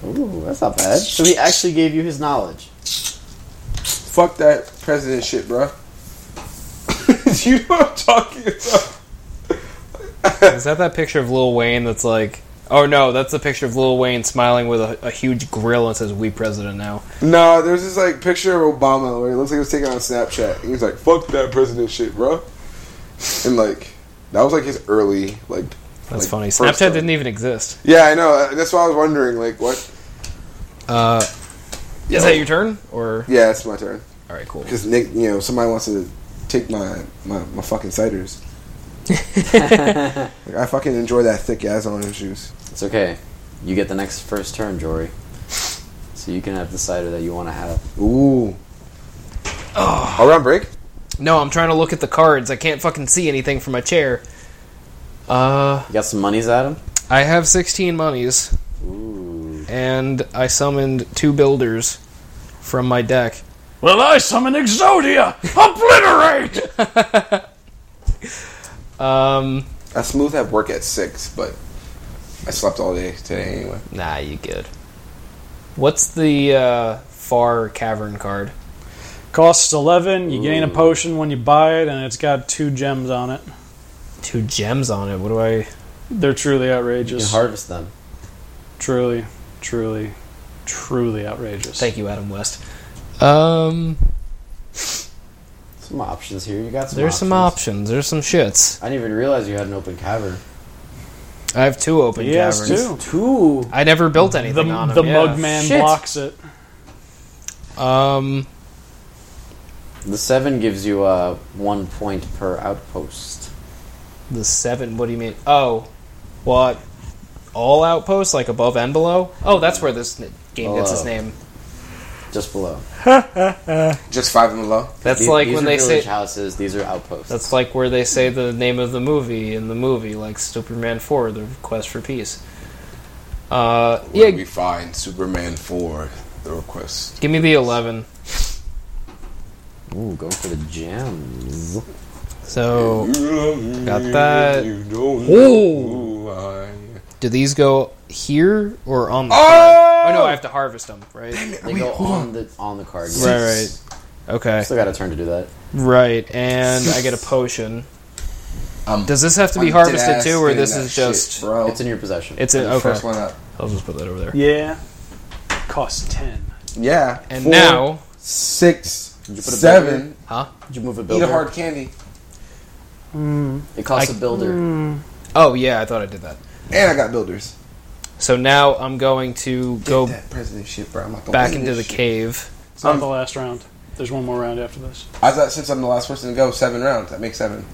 [SPEAKER 4] Ooh, that's not bad. So he actually gave you his knowledge.
[SPEAKER 2] Fuck that president shit, bruh. [laughs] you know what I'm talking about.
[SPEAKER 3] Is that that picture of Lil Wayne that's like? Oh no, that's the picture of Lil Wayne smiling with a, a huge grill and says "We President now."
[SPEAKER 2] No, there's this like picture of Obama where it looks like it was taken on Snapchat. And he's like, "Fuck that president shit, bruh." And like, that was like his early like.
[SPEAKER 3] That's
[SPEAKER 2] like,
[SPEAKER 3] funny.
[SPEAKER 2] first
[SPEAKER 3] Snapchat
[SPEAKER 2] time.
[SPEAKER 3] didn't even exist.
[SPEAKER 2] Yeah, I know. uh, That's why I was wondering, like, what?
[SPEAKER 3] Uh, is that your turn? Or
[SPEAKER 2] Yeah, it's my turn
[SPEAKER 3] all right, cool.
[SPEAKER 2] because Nick, you know, somebody wants to take my my, my fucking ciders. Like, I fucking enjoy that thick ass orange juice.
[SPEAKER 4] It's okay. You get the next first turn, Jory. So you can have the cider that you want to have.
[SPEAKER 2] Ooh. Oh. Are we on break?
[SPEAKER 3] No, I'm trying to look at the cards. I can't fucking see anything from my chair. Uh,
[SPEAKER 4] You got some monies at him?
[SPEAKER 3] I have 16 monies,
[SPEAKER 4] Ooh.
[SPEAKER 3] and I summoned two builders from my deck.
[SPEAKER 5] Well, I summon Exodia. Obliterate.
[SPEAKER 3] Um,
[SPEAKER 2] I smooth have work at six, but I slept all day today anyway.
[SPEAKER 3] nah, you good. What's the uh, far cavern card?
[SPEAKER 5] Costs eleven. You gain a potion when you buy it, and it's got two gems on it.
[SPEAKER 3] Two gems on it. What do I?
[SPEAKER 5] They're truly
[SPEAKER 4] You
[SPEAKER 5] outrageous.
[SPEAKER 4] can harvest them.
[SPEAKER 5] truly, truly, truly outrageous.
[SPEAKER 3] Thank you, Adam West. Um,
[SPEAKER 4] Some options here. You got some
[SPEAKER 3] there's
[SPEAKER 4] options.
[SPEAKER 3] some options. There's some shits.
[SPEAKER 4] I didn't even realize you had an open cavern.
[SPEAKER 3] I have two open
[SPEAKER 5] He has
[SPEAKER 3] caverns.
[SPEAKER 5] two.
[SPEAKER 4] Two.
[SPEAKER 3] I never built
[SPEAKER 5] The,
[SPEAKER 3] anything on them.
[SPEAKER 5] the
[SPEAKER 3] yeah.
[SPEAKER 5] mug man
[SPEAKER 3] Shit.
[SPEAKER 5] blocks it.
[SPEAKER 3] Um,
[SPEAKER 4] The seven gives you uh, one point per outpost.
[SPEAKER 3] The seven? What do you mean? Oh, what? All outposts, like above and below? Oh, that's where this n- game gets its
[SPEAKER 4] Below.
[SPEAKER 3] name.
[SPEAKER 4] Just below.
[SPEAKER 2] Just five and below.
[SPEAKER 3] That's
[SPEAKER 4] These-
[SPEAKER 3] like
[SPEAKER 4] these
[SPEAKER 3] when
[SPEAKER 4] are
[SPEAKER 3] they say.
[SPEAKER 4] village houses. These are outposts.
[SPEAKER 3] That's like where they say the name of the movie in the movie, like Superman Four: The Quest for Peace. Uh,
[SPEAKER 2] Where
[SPEAKER 3] yeah,
[SPEAKER 2] we find Superman for the request.
[SPEAKER 3] give me the eleven.
[SPEAKER 4] Ooh, go for the gems.
[SPEAKER 3] So,
[SPEAKER 2] Got
[SPEAKER 3] that.
[SPEAKER 2] You
[SPEAKER 3] Ooh.
[SPEAKER 2] don't know who I am.
[SPEAKER 3] do these go here or on the?
[SPEAKER 2] Oh!
[SPEAKER 3] card? oh no, I have to harvest them, right?
[SPEAKER 4] They go on the on the card.
[SPEAKER 3] Right, right. Okay,
[SPEAKER 4] Still got a turn to do that.
[SPEAKER 3] right, and I get a potion.
[SPEAKER 2] Um,
[SPEAKER 3] Does this have to be
[SPEAKER 2] I'm
[SPEAKER 3] harvested
[SPEAKER 2] dead-ass
[SPEAKER 3] too, or
[SPEAKER 2] in
[SPEAKER 3] this
[SPEAKER 2] that
[SPEAKER 3] is
[SPEAKER 2] shit,
[SPEAKER 3] just?
[SPEAKER 2] bro.
[SPEAKER 4] It's in your possession.
[SPEAKER 3] It's a,
[SPEAKER 2] The
[SPEAKER 3] okay.
[SPEAKER 2] first one up.
[SPEAKER 3] I'll just put that over there.
[SPEAKER 5] Yeah. Costs ten.
[SPEAKER 2] Yeah.
[SPEAKER 3] And
[SPEAKER 2] Four,
[SPEAKER 3] now,
[SPEAKER 2] six,
[SPEAKER 4] you put a
[SPEAKER 2] seven.
[SPEAKER 3] huh?
[SPEAKER 4] Did you move a
[SPEAKER 2] Eat
[SPEAKER 4] builder?
[SPEAKER 2] a hard candy,
[SPEAKER 4] It costs
[SPEAKER 3] I-
[SPEAKER 4] a builder.
[SPEAKER 3] Oh yeah, I thought I did that.
[SPEAKER 2] and I got builders.
[SPEAKER 3] So now I'm going to go
[SPEAKER 2] Get that president shit, bro. I'm not gonna
[SPEAKER 3] back
[SPEAKER 2] win
[SPEAKER 3] into
[SPEAKER 2] this
[SPEAKER 3] the
[SPEAKER 2] shit.
[SPEAKER 3] cave.
[SPEAKER 5] It's not
[SPEAKER 2] Um,
[SPEAKER 5] the last round. There's one more round after this.
[SPEAKER 2] I thought since I'm the last person to go, seven rounds. That makes seven.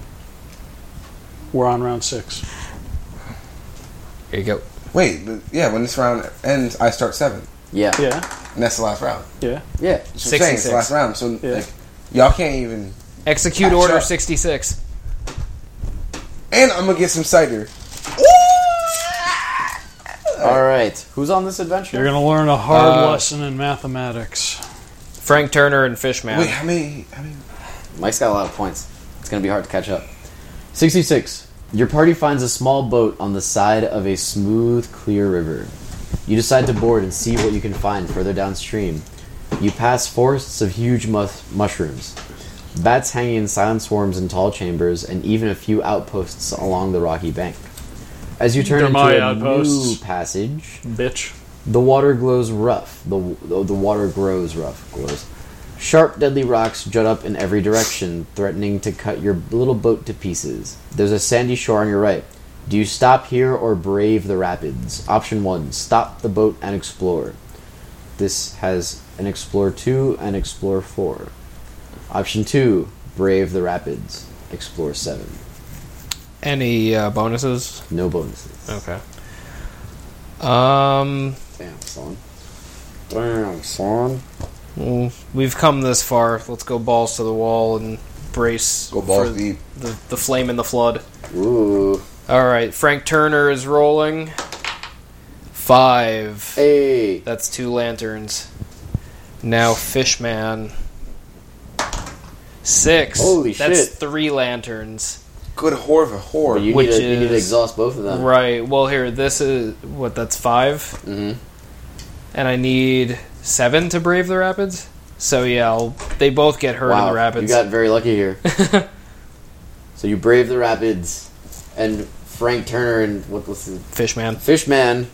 [SPEAKER 5] We're on round six.
[SPEAKER 3] Here you go.
[SPEAKER 2] Wait, but yeah. When this round ends, I start seven,
[SPEAKER 4] Yeah. yeah,
[SPEAKER 5] Yeah.
[SPEAKER 2] and that's the last round.
[SPEAKER 5] Yeah.
[SPEAKER 2] That's
[SPEAKER 3] Six
[SPEAKER 2] what I'm saying.
[SPEAKER 3] and
[SPEAKER 2] It's the
[SPEAKER 3] six.
[SPEAKER 2] last round. So
[SPEAKER 5] Yeah.
[SPEAKER 2] like, y'all can't even.
[SPEAKER 3] Execute
[SPEAKER 2] Ah,
[SPEAKER 3] order
[SPEAKER 2] shut up.
[SPEAKER 3] 66.
[SPEAKER 2] And I'm gonna get some cider.
[SPEAKER 4] All right. Who's on this adventure?
[SPEAKER 5] You're gonna learn a hard
[SPEAKER 3] Uh,
[SPEAKER 5] lesson in mathematics.
[SPEAKER 3] Frank Turner and Fishman.
[SPEAKER 2] Wait, how many? How many?
[SPEAKER 4] Mike's got a lot of points. It's going to be hard to catch up. 66. Your party finds a small boat on the side of a smooth, clear river. You decide to board and see what you can find further downstream. You pass forests of huge mus- mushrooms, bats hanging in silent swarms in tall chambers, and even a few outposts along the rocky bank. As you turn
[SPEAKER 5] They're
[SPEAKER 4] into
[SPEAKER 5] my
[SPEAKER 4] a
[SPEAKER 5] outposts.
[SPEAKER 4] new passage,
[SPEAKER 5] Bitch.
[SPEAKER 4] the water glows rough. The, the, the water grows rough. Glows. Sharp, deadly rocks jut up in every direction, threatening to cut your little boat to pieces. There's a sandy shore on your right. Do you stop here or brave the rapids? Option one: stop the boat and explore. This has an explore two and explore four. Option two: brave the rapids. Explore seven.
[SPEAKER 3] Any uh, bonuses?
[SPEAKER 4] No bonuses.
[SPEAKER 3] Okay. Um,
[SPEAKER 4] Damn son. Damn son.
[SPEAKER 3] well, we've come this far. Let's go balls to the wall and brace
[SPEAKER 2] Go balls
[SPEAKER 3] for
[SPEAKER 2] deep.
[SPEAKER 3] The, the flame and the flood.
[SPEAKER 4] Ooh.
[SPEAKER 3] All right, Frank Turner is rolling. Five.
[SPEAKER 4] Hey.
[SPEAKER 3] That's two lanterns. Now Fishman. Six.
[SPEAKER 4] Holy
[SPEAKER 3] That's
[SPEAKER 4] shit.
[SPEAKER 3] three lanterns.
[SPEAKER 2] Good whore of a whore.
[SPEAKER 4] You
[SPEAKER 3] Which
[SPEAKER 4] need, to, you need to
[SPEAKER 3] is-
[SPEAKER 4] exhaust both of them.
[SPEAKER 3] Right. Well, here, this is what that's 5
[SPEAKER 4] Mhm.
[SPEAKER 3] and I need seven to brave the rapids. So yeah, I'll, they both get hurt in
[SPEAKER 4] Wow,
[SPEAKER 3] the rapids.
[SPEAKER 4] you got very
[SPEAKER 3] [laughs]
[SPEAKER 4] lucky here. so you brave the rapids, and Frank Turner and what was the
[SPEAKER 3] Fishman.
[SPEAKER 4] Fishman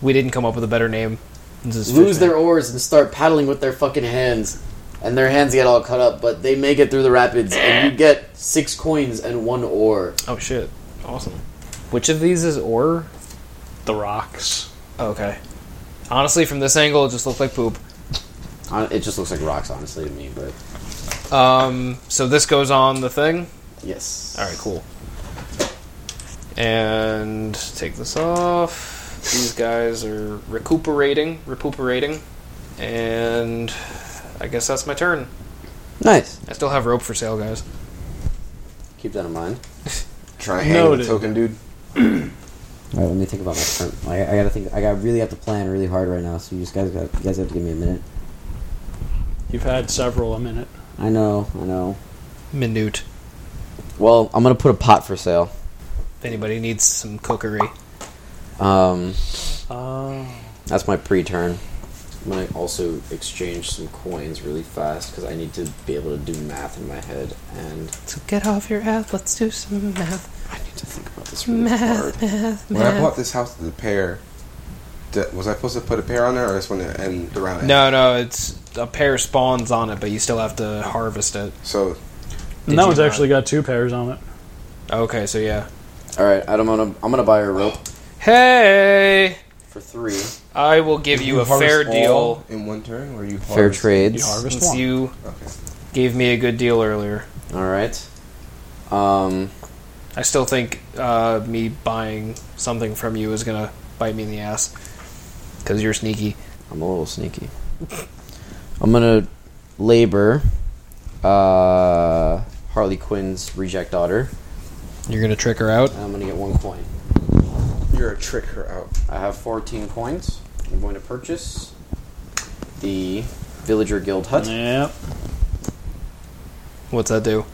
[SPEAKER 3] We didn't come up with a better name. This is
[SPEAKER 4] lose
[SPEAKER 3] Fishman.
[SPEAKER 4] their oars and start paddling with their fucking hands, and their hands get all cut up, but they make it through the rapids, and you get six coins and one oar.
[SPEAKER 3] Oh shit! Awesome. Which of these is ore?
[SPEAKER 5] The rocks.
[SPEAKER 3] Oh, Okay. Honestly, from this angle, it just looked like poop.
[SPEAKER 4] Uh, It just looks like rocks, honestly, to me. But
[SPEAKER 3] Um. So this goes on the thing.
[SPEAKER 4] yes,
[SPEAKER 3] All right. Cool. And take this off. These guys are recuperating, recuperating, and I guess that's my turn.
[SPEAKER 4] nice.
[SPEAKER 3] I still have rope for sale, guys.
[SPEAKER 4] Keep that in mind.
[SPEAKER 2] Try and hang with
[SPEAKER 5] Noted.
[SPEAKER 2] token dude.
[SPEAKER 4] All right, let me think about my turn. I, I gotta think. I got really have to plan really hard right now. So you just guys, got, you guys have to give me a minute.
[SPEAKER 5] You've had several a minute.
[SPEAKER 4] I know, I know.
[SPEAKER 3] Minute.
[SPEAKER 4] Well, I'm gonna put a pot for sale.
[SPEAKER 3] If anybody needs some cookery,
[SPEAKER 4] Um,
[SPEAKER 5] Oh.
[SPEAKER 4] That's my pre-turn. I'm gonna also exchange some coins really fast because I need to be able to do math in my head, and
[SPEAKER 3] so get off your ass. Let's do some math.
[SPEAKER 4] I need to think about this really hard.
[SPEAKER 2] When I bought this house, the pair. d- Was I supposed to put a pair on there, or just want to end the round?
[SPEAKER 3] No, no, it's a pair spawns on it, but you still have to harvest it.
[SPEAKER 2] So
[SPEAKER 3] Did
[SPEAKER 5] that
[SPEAKER 3] you
[SPEAKER 5] one's
[SPEAKER 3] not?
[SPEAKER 5] actually got two pairs on it.
[SPEAKER 3] Okay, so yeah.
[SPEAKER 4] All right, I'm gonna I'm gonna buy a rope
[SPEAKER 3] Hey,
[SPEAKER 4] for three.
[SPEAKER 3] I will give you, a
[SPEAKER 2] harvest
[SPEAKER 3] fair
[SPEAKER 2] all
[SPEAKER 3] deal
[SPEAKER 2] in one turn, or you
[SPEAKER 4] Fair
[SPEAKER 2] harvest-
[SPEAKER 5] You
[SPEAKER 4] trades.
[SPEAKER 5] harvest
[SPEAKER 3] since
[SPEAKER 5] one.
[SPEAKER 3] you
[SPEAKER 2] Okay.
[SPEAKER 3] gave me a good deal earlier.
[SPEAKER 4] All right. Um,
[SPEAKER 3] I still think uh, me buying something from you is gonna bite me in the ass because you're sneaky.
[SPEAKER 4] I'm a little sneaky. I'm gonna labor uh, Harley Quinn's reject daughter,
[SPEAKER 3] You're gonna trick her out.
[SPEAKER 4] and I'm gonna get one coin.
[SPEAKER 2] You're a trick her out.
[SPEAKER 4] I have 14 coins. I'm going to purchase the Villager Guild Hut.
[SPEAKER 5] Yep.
[SPEAKER 3] What's that do?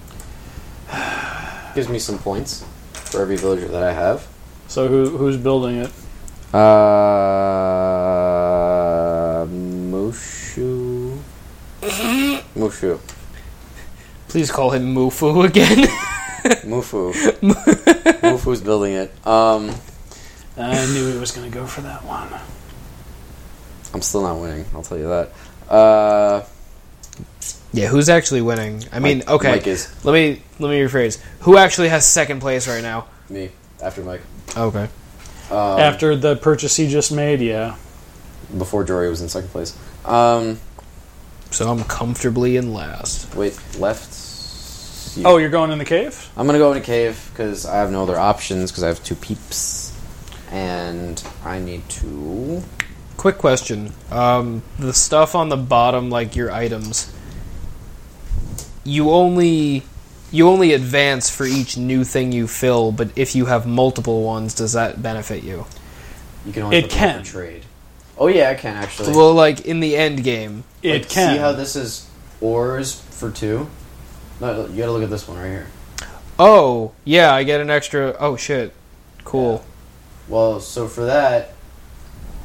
[SPEAKER 4] Gives me some points for every villager that I have.
[SPEAKER 5] So who who's building it?
[SPEAKER 4] Uh, Mushu. Mushu.
[SPEAKER 3] Please call him Mufu [laughs] again. [laughs]
[SPEAKER 4] Mufu. Mufu's building it. Um,
[SPEAKER 5] I knew he was going to go for that one.
[SPEAKER 4] I'm still not winning. I'll tell you that. Uh,
[SPEAKER 3] yeah, who's actually winning? I mean,
[SPEAKER 4] Mike-
[SPEAKER 3] okay.
[SPEAKER 4] Mike is
[SPEAKER 3] Let me let me rephrase. Who actually has second place right now?
[SPEAKER 4] me after Mike.
[SPEAKER 3] Okay.
[SPEAKER 4] Um,
[SPEAKER 5] Uh, After the purchase he just made, yeah.
[SPEAKER 4] before Jory was in second place. Um,
[SPEAKER 3] So I'm comfortably in last.
[SPEAKER 4] wait, left. You-
[SPEAKER 5] Oh, you're going in the cave?
[SPEAKER 4] I'm gonna go in a cave because I have no other options because I have two peeps, and I need to.
[SPEAKER 3] Quick question. Um, the stuff on the bottom, like your items, you only you only advance for each new thing you fill, but if you have multiple ones, does that benefit you?
[SPEAKER 4] You can only
[SPEAKER 5] It
[SPEAKER 4] put them up
[SPEAKER 5] can.
[SPEAKER 4] for trade. Oh yeah, I can actually.
[SPEAKER 3] Well, like in the end game.
[SPEAKER 5] It
[SPEAKER 4] Like,
[SPEAKER 5] can.
[SPEAKER 4] See how this is oars for two. No, you gotta look at this one right here.
[SPEAKER 3] Oh, yeah, I get an extra. Oh shit, cool.
[SPEAKER 4] Well, so for that,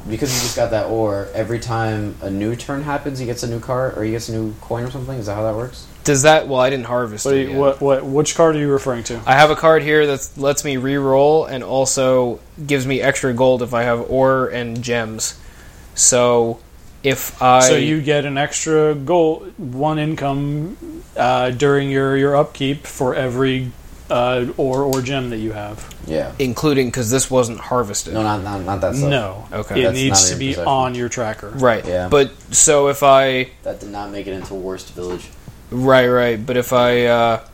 [SPEAKER 4] because you just got that oar, every time a new turn happens, he gets a new card or he gets a new coin or something. Is that how that works?
[SPEAKER 3] Does that? Well, I didn't harvest.
[SPEAKER 5] What,
[SPEAKER 3] it
[SPEAKER 5] you-
[SPEAKER 3] yet.
[SPEAKER 5] what, what, which card are you referring to?
[SPEAKER 3] I have a card here that lets me re-roll and also gives me extra gold if I have ore and gems. So if I
[SPEAKER 5] so you get an extra goal, one income uh, during your, your upkeep for every uh, or or gem that you have.
[SPEAKER 4] Yeah.
[SPEAKER 3] including because this wasn't harvested.
[SPEAKER 4] No, not not, not that stuff.
[SPEAKER 5] no,
[SPEAKER 3] Okay.
[SPEAKER 5] it
[SPEAKER 4] That's not
[SPEAKER 5] needs
[SPEAKER 4] in
[SPEAKER 5] to be
[SPEAKER 4] possession.
[SPEAKER 5] on your tracker.
[SPEAKER 3] Right.
[SPEAKER 4] Yeah.
[SPEAKER 3] But so if I
[SPEAKER 4] that did not make it into worst village.
[SPEAKER 3] right right but if I uh,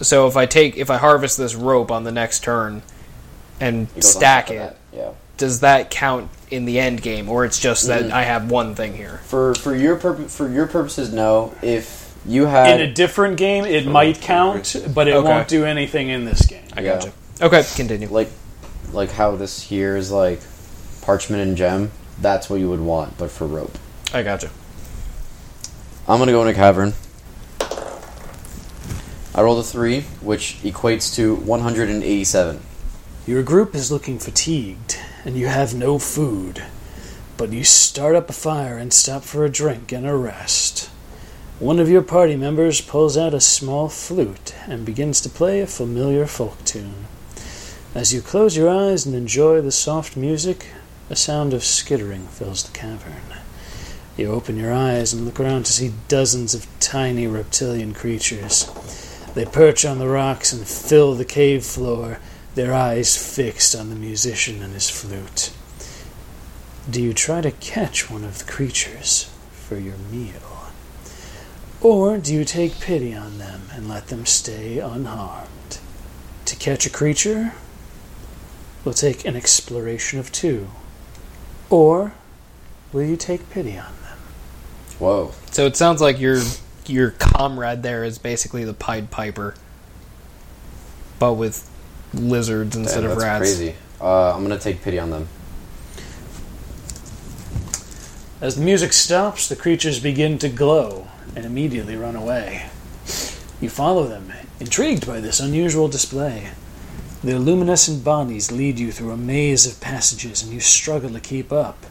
[SPEAKER 3] so if I take if I harvest this rope on the next turn and
[SPEAKER 4] It goes on
[SPEAKER 3] stack
[SPEAKER 4] top
[SPEAKER 3] it,
[SPEAKER 4] of that. Yeah.
[SPEAKER 3] does that count in the end
[SPEAKER 4] Mm-hmm.
[SPEAKER 3] game or it's just that I have one thing here?
[SPEAKER 4] For for your purpo- for your purposes, no. If You
[SPEAKER 5] In
[SPEAKER 4] had
[SPEAKER 5] a different game, it might count, but it
[SPEAKER 3] Okay.
[SPEAKER 5] won't do anything in this game.
[SPEAKER 3] I
[SPEAKER 4] Yeah.
[SPEAKER 3] gotcha. Okay, continue.
[SPEAKER 4] like like how this here is like parchment and gem. That's what you would want, but for rope.
[SPEAKER 3] I gotcha.
[SPEAKER 4] I'm gonna go in a cavern. I rolled a three, which equates to 187.
[SPEAKER 5] Your group is looking fatigued, and you have no food, but you start up a fire and stop for a drink and a rest. One of your party members pulls out a small flute and begins to play a familiar folk tune. As you close your eyes and enjoy the soft music, a sound of skittering fills the cavern. You open your eyes and look around to see dozens of tiny reptilian creatures. They perch on the rocks and fill the cave floor, their eyes fixed on the musician and his flute. Do you try to catch one of the creatures for your meal? Or do you take pity on them and let them stay unharmed? To catch a creature will take an exploration of two. Or will you take pity on them?
[SPEAKER 4] Whoa.
[SPEAKER 3] So it sounds like your your comrade there is basically the Pied Piper, but with lizards instead
[SPEAKER 4] Damn,
[SPEAKER 3] of
[SPEAKER 4] that's
[SPEAKER 3] rats.
[SPEAKER 4] crazy. Uh, I'm gonna take pity on them.
[SPEAKER 5] As the music stops, the creatures begin to glow and immediately run away. You follow them, intrigued by this unusual display. Their luminescent bodies lead you through a maze of passages, and you struggle to keep up.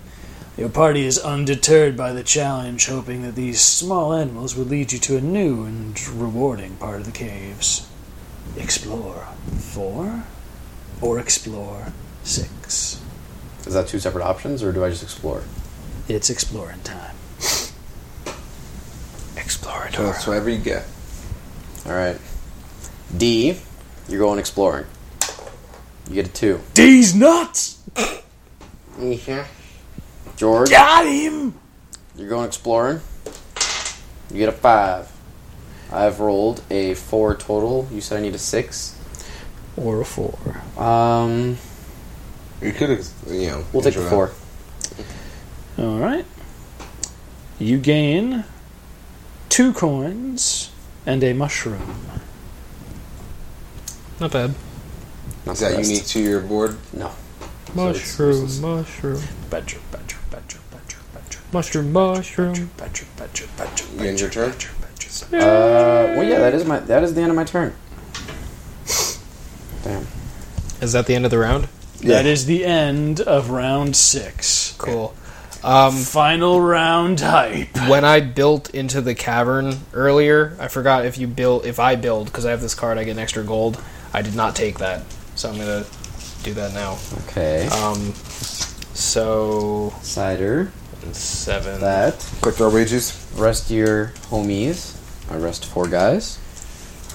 [SPEAKER 5] Your party is undeterred by the challenge, hoping that these small animals will lead you to a new and rewarding part of the caves. Explore four or explore six.
[SPEAKER 4] Is that two separate options, or do I just explore?
[SPEAKER 5] It's exploring time.
[SPEAKER 2] So
[SPEAKER 5] Exploratory.
[SPEAKER 2] that's whatever you get.
[SPEAKER 4] All right. D, you're going exploring. You get a two.
[SPEAKER 5] D's nuts!
[SPEAKER 4] George,
[SPEAKER 5] Got him!
[SPEAKER 4] you're going exploring. You get a five. I've rolled a four total. You said I need a six.
[SPEAKER 5] Or a four.
[SPEAKER 4] Um,
[SPEAKER 2] You could have, you know.
[SPEAKER 4] we'll take a
[SPEAKER 2] intro
[SPEAKER 4] four.
[SPEAKER 5] Alright. You gain two coins and a mushroom.
[SPEAKER 3] Not bad.
[SPEAKER 2] that.
[SPEAKER 4] Not
[SPEAKER 2] Is
[SPEAKER 4] the
[SPEAKER 2] that
[SPEAKER 4] best.
[SPEAKER 2] unique to your board?
[SPEAKER 4] No.
[SPEAKER 3] Mushroom, mushroom,
[SPEAKER 5] Badger, badger, badger, badger, badger.
[SPEAKER 3] mushroom, mushroom.
[SPEAKER 5] Badger, badger, badger,
[SPEAKER 2] You end your turn?
[SPEAKER 5] badger.
[SPEAKER 4] Uh, well, yeah, that is my that is the end of my turn. Damn.
[SPEAKER 3] Is that the end of the round?
[SPEAKER 5] That is the end of round six.
[SPEAKER 3] Cool. Um,
[SPEAKER 5] Final round hype.
[SPEAKER 3] when I built into the cavern earlier, I forgot if you build if I build because I have this card, I get an extra gold. I did not take that, so I'm gonna do that now.
[SPEAKER 4] Okay.
[SPEAKER 3] Um, so
[SPEAKER 4] Uh, Cider.
[SPEAKER 3] seven.
[SPEAKER 4] That.
[SPEAKER 2] Click our wages.
[SPEAKER 4] Rest your homies. I rest four guys.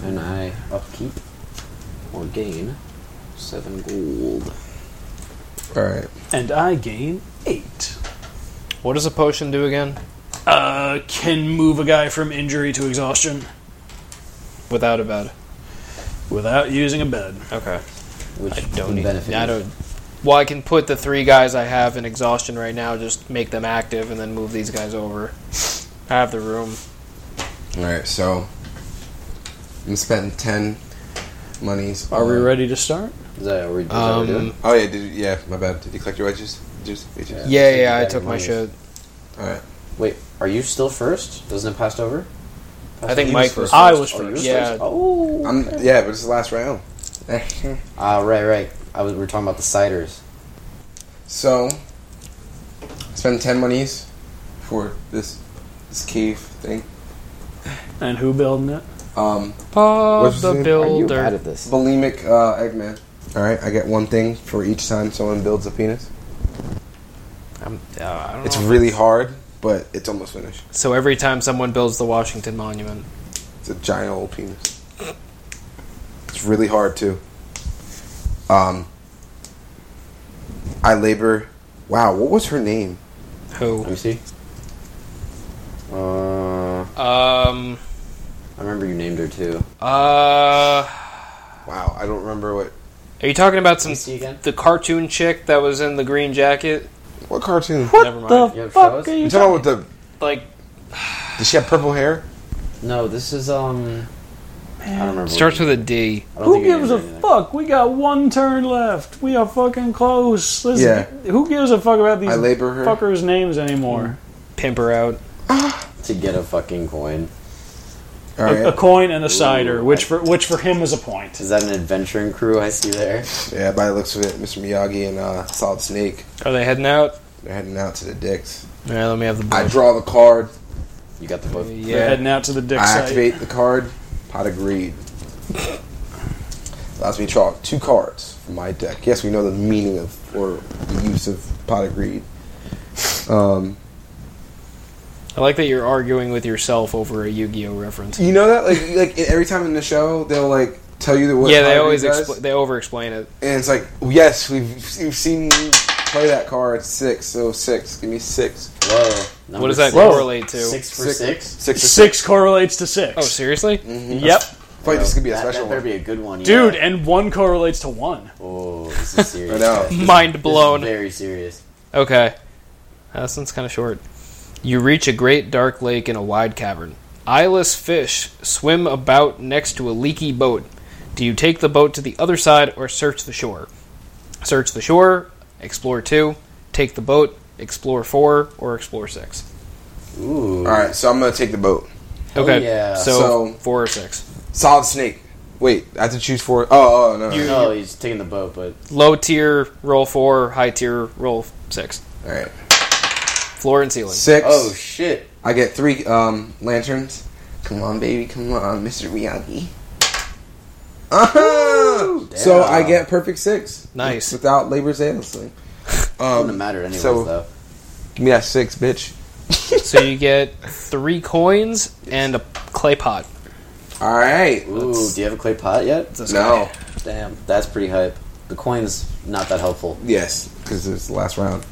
[SPEAKER 4] And I upkeep or gain seven gold.
[SPEAKER 2] All right.
[SPEAKER 5] And I gain eight.
[SPEAKER 3] What does a potion do again?
[SPEAKER 5] Uh, can move a guy from injury to exhaustion
[SPEAKER 3] Without a bed.
[SPEAKER 5] without using a bed.
[SPEAKER 3] Okay.
[SPEAKER 4] Which
[SPEAKER 3] I don't
[SPEAKER 4] would
[SPEAKER 3] need.
[SPEAKER 4] benefit.
[SPEAKER 3] I
[SPEAKER 4] you.
[SPEAKER 3] don't. Well, I can put the three guys I have in exhaustion right now, just make them active, and then move these guys over. I have the room.
[SPEAKER 2] All right. So I'm spending ten monies.
[SPEAKER 5] Are we
[SPEAKER 2] on-
[SPEAKER 5] ready to start?
[SPEAKER 4] Is that what we, is that what we're
[SPEAKER 3] Um,
[SPEAKER 4] doing?
[SPEAKER 2] Oh yeah. Did you, yeah. My bad. Did you collect your wages? Just wages.
[SPEAKER 3] yeah,
[SPEAKER 4] Yeah,
[SPEAKER 3] yeah, I
[SPEAKER 4] yeah,
[SPEAKER 3] took my
[SPEAKER 4] mine is-
[SPEAKER 3] shit.
[SPEAKER 2] All right.
[SPEAKER 4] Wait, are you still first? Doesn't it pass over?
[SPEAKER 3] I think
[SPEAKER 2] He was
[SPEAKER 3] Mike was.
[SPEAKER 2] first.
[SPEAKER 5] I was
[SPEAKER 4] Oh, you were
[SPEAKER 5] first.
[SPEAKER 3] Yeah.
[SPEAKER 4] first? Oh.
[SPEAKER 2] I'm. Yeah, but it's the last round.
[SPEAKER 4] Ah, right, right. I was. We were talking about the ciders.
[SPEAKER 2] so spend ten monies for this this cave thing.
[SPEAKER 5] And who building it?
[SPEAKER 2] Um,
[SPEAKER 3] Bob
[SPEAKER 2] What's
[SPEAKER 3] the
[SPEAKER 2] his name?
[SPEAKER 4] Are you bad
[SPEAKER 3] Builder.
[SPEAKER 4] at this?
[SPEAKER 2] bulimic uh, Eggman. All right. I get one thing for each time someone builds a penis.
[SPEAKER 3] I'm, uh, I don't
[SPEAKER 2] It's
[SPEAKER 3] know.
[SPEAKER 2] really hard, but it's almost finished.
[SPEAKER 3] so every time someone builds the Washington Monument,
[SPEAKER 2] It's a giant old penis. It's really hard too. Um, I labor. Wow, what was her name?
[SPEAKER 4] Let
[SPEAKER 3] who?
[SPEAKER 4] me see. Uh, I
[SPEAKER 3] Um.
[SPEAKER 4] remember you named her too.
[SPEAKER 3] Uh. Are
[SPEAKER 2] Wow, I don't remember what.
[SPEAKER 3] you talking about some
[SPEAKER 4] Can you see again?
[SPEAKER 3] the cartoon chick that was in the green jacket?
[SPEAKER 2] What cartoon?
[SPEAKER 3] Never mind.
[SPEAKER 4] You have shows?
[SPEAKER 2] You talking about with the?
[SPEAKER 3] Like
[SPEAKER 2] Did she have purple hair?
[SPEAKER 4] No, this is um. I don't remember.
[SPEAKER 3] Starts with a D.
[SPEAKER 4] I don't
[SPEAKER 5] Who
[SPEAKER 4] think it
[SPEAKER 5] gives a
[SPEAKER 4] is anything.
[SPEAKER 5] fuck? We got one turn left. We are fucking close. Let's-
[SPEAKER 2] Yeah.
[SPEAKER 5] Who gives a fuck about these
[SPEAKER 2] I labor her.
[SPEAKER 5] fuckers' names anymore?
[SPEAKER 3] Pimp her out.
[SPEAKER 4] to get a fucking coin?
[SPEAKER 2] Mm. All
[SPEAKER 5] A, a
[SPEAKER 2] right.
[SPEAKER 5] coin and a cider,
[SPEAKER 4] Ooh,
[SPEAKER 5] which
[SPEAKER 4] I-
[SPEAKER 5] for which for him is a point.
[SPEAKER 4] Is that an adventuring crew I see there?
[SPEAKER 2] Yeah, by the looks of it, Mr. Miyagi and uh, Solid Snake,
[SPEAKER 3] Are they heading out?
[SPEAKER 2] they're heading out to the dicks.
[SPEAKER 3] All right, let me have the
[SPEAKER 2] I
[SPEAKER 3] book.
[SPEAKER 2] draw the card.
[SPEAKER 4] You got the book.
[SPEAKER 5] They're
[SPEAKER 3] Yeah.
[SPEAKER 5] heading out to the dick
[SPEAKER 2] I
[SPEAKER 5] site.
[SPEAKER 2] activate the card, Pot of Greed. Allows me to draw two cards from my deck. Yes, we know the meaning of or the use of Pot of Greed. Um,
[SPEAKER 3] I like that you're arguing with yourself over a Yu-Gi-Oh reference.
[SPEAKER 2] you know that like like in- every time in the show they'll like tell you what.
[SPEAKER 3] yeah,
[SPEAKER 2] Pot
[SPEAKER 3] they
[SPEAKER 2] of
[SPEAKER 3] always
[SPEAKER 2] Greed does,
[SPEAKER 3] expl- they over-explain it.
[SPEAKER 2] and it's like yes, we've we've seen you play that card six. So six, give me six,
[SPEAKER 4] Whoa. Number
[SPEAKER 3] What does that
[SPEAKER 4] six.
[SPEAKER 3] correlate to?
[SPEAKER 4] Six for
[SPEAKER 2] Six.
[SPEAKER 4] six.
[SPEAKER 2] six. or
[SPEAKER 5] Six correlates to six.
[SPEAKER 3] Oh, seriously?
[SPEAKER 5] Yep,
[SPEAKER 2] I feel like this could be a
[SPEAKER 4] That-
[SPEAKER 2] special
[SPEAKER 4] that better
[SPEAKER 2] one.
[SPEAKER 4] be a good one, yeah.
[SPEAKER 5] dude, and one correlates to one.
[SPEAKER 4] Oh, this is
[SPEAKER 2] [laughs]
[SPEAKER 4] serious.
[SPEAKER 2] I know.
[SPEAKER 4] guys. This is-
[SPEAKER 3] Mind
[SPEAKER 4] this is
[SPEAKER 3] blown.
[SPEAKER 4] Very serious.
[SPEAKER 3] Okay. Uh, this one's kind of short. You reach a great dark lake in a wide cavern. Eyeless fish swim about next to a leaky boat. Do you take the boat to the other side or search the shore? Search the shore, explore two, take the boat, explore four, or explore six.
[SPEAKER 4] Ooh.
[SPEAKER 2] All right, so I'm gonna take the boat.
[SPEAKER 4] Oh,
[SPEAKER 3] Okay,
[SPEAKER 4] yeah.
[SPEAKER 3] so,
[SPEAKER 2] So-
[SPEAKER 3] four or six.
[SPEAKER 2] Solid Snake. Wait, I have to choose four. Oh, oh no. no.
[SPEAKER 4] No, he's taking the boat, but
[SPEAKER 3] Low tier roll four, high tier roll six.
[SPEAKER 2] All right,
[SPEAKER 3] Floor and
[SPEAKER 2] [laughs]
[SPEAKER 3] ceiling.
[SPEAKER 2] six.
[SPEAKER 4] oh shit!
[SPEAKER 2] I get three um, lanterns. Come on, baby, come on, Mr. Miyagi. Uh-huh. So
[SPEAKER 4] damn.
[SPEAKER 2] I get perfect six.
[SPEAKER 3] Nice.
[SPEAKER 2] Without labor's ailessly.
[SPEAKER 4] [laughs] Wouldn't have
[SPEAKER 2] Um,
[SPEAKER 4] mattered anyways,
[SPEAKER 2] so-
[SPEAKER 4] though.
[SPEAKER 2] give me that six, bitch.
[SPEAKER 3] so you get three coins and a clay pot.
[SPEAKER 2] All right.
[SPEAKER 4] Ooh,
[SPEAKER 3] let's-
[SPEAKER 4] do you have a clay pot yet?
[SPEAKER 2] No.
[SPEAKER 4] Damn, that's pretty hype. The coin's not that helpful.
[SPEAKER 2] Yes, because it's the last round,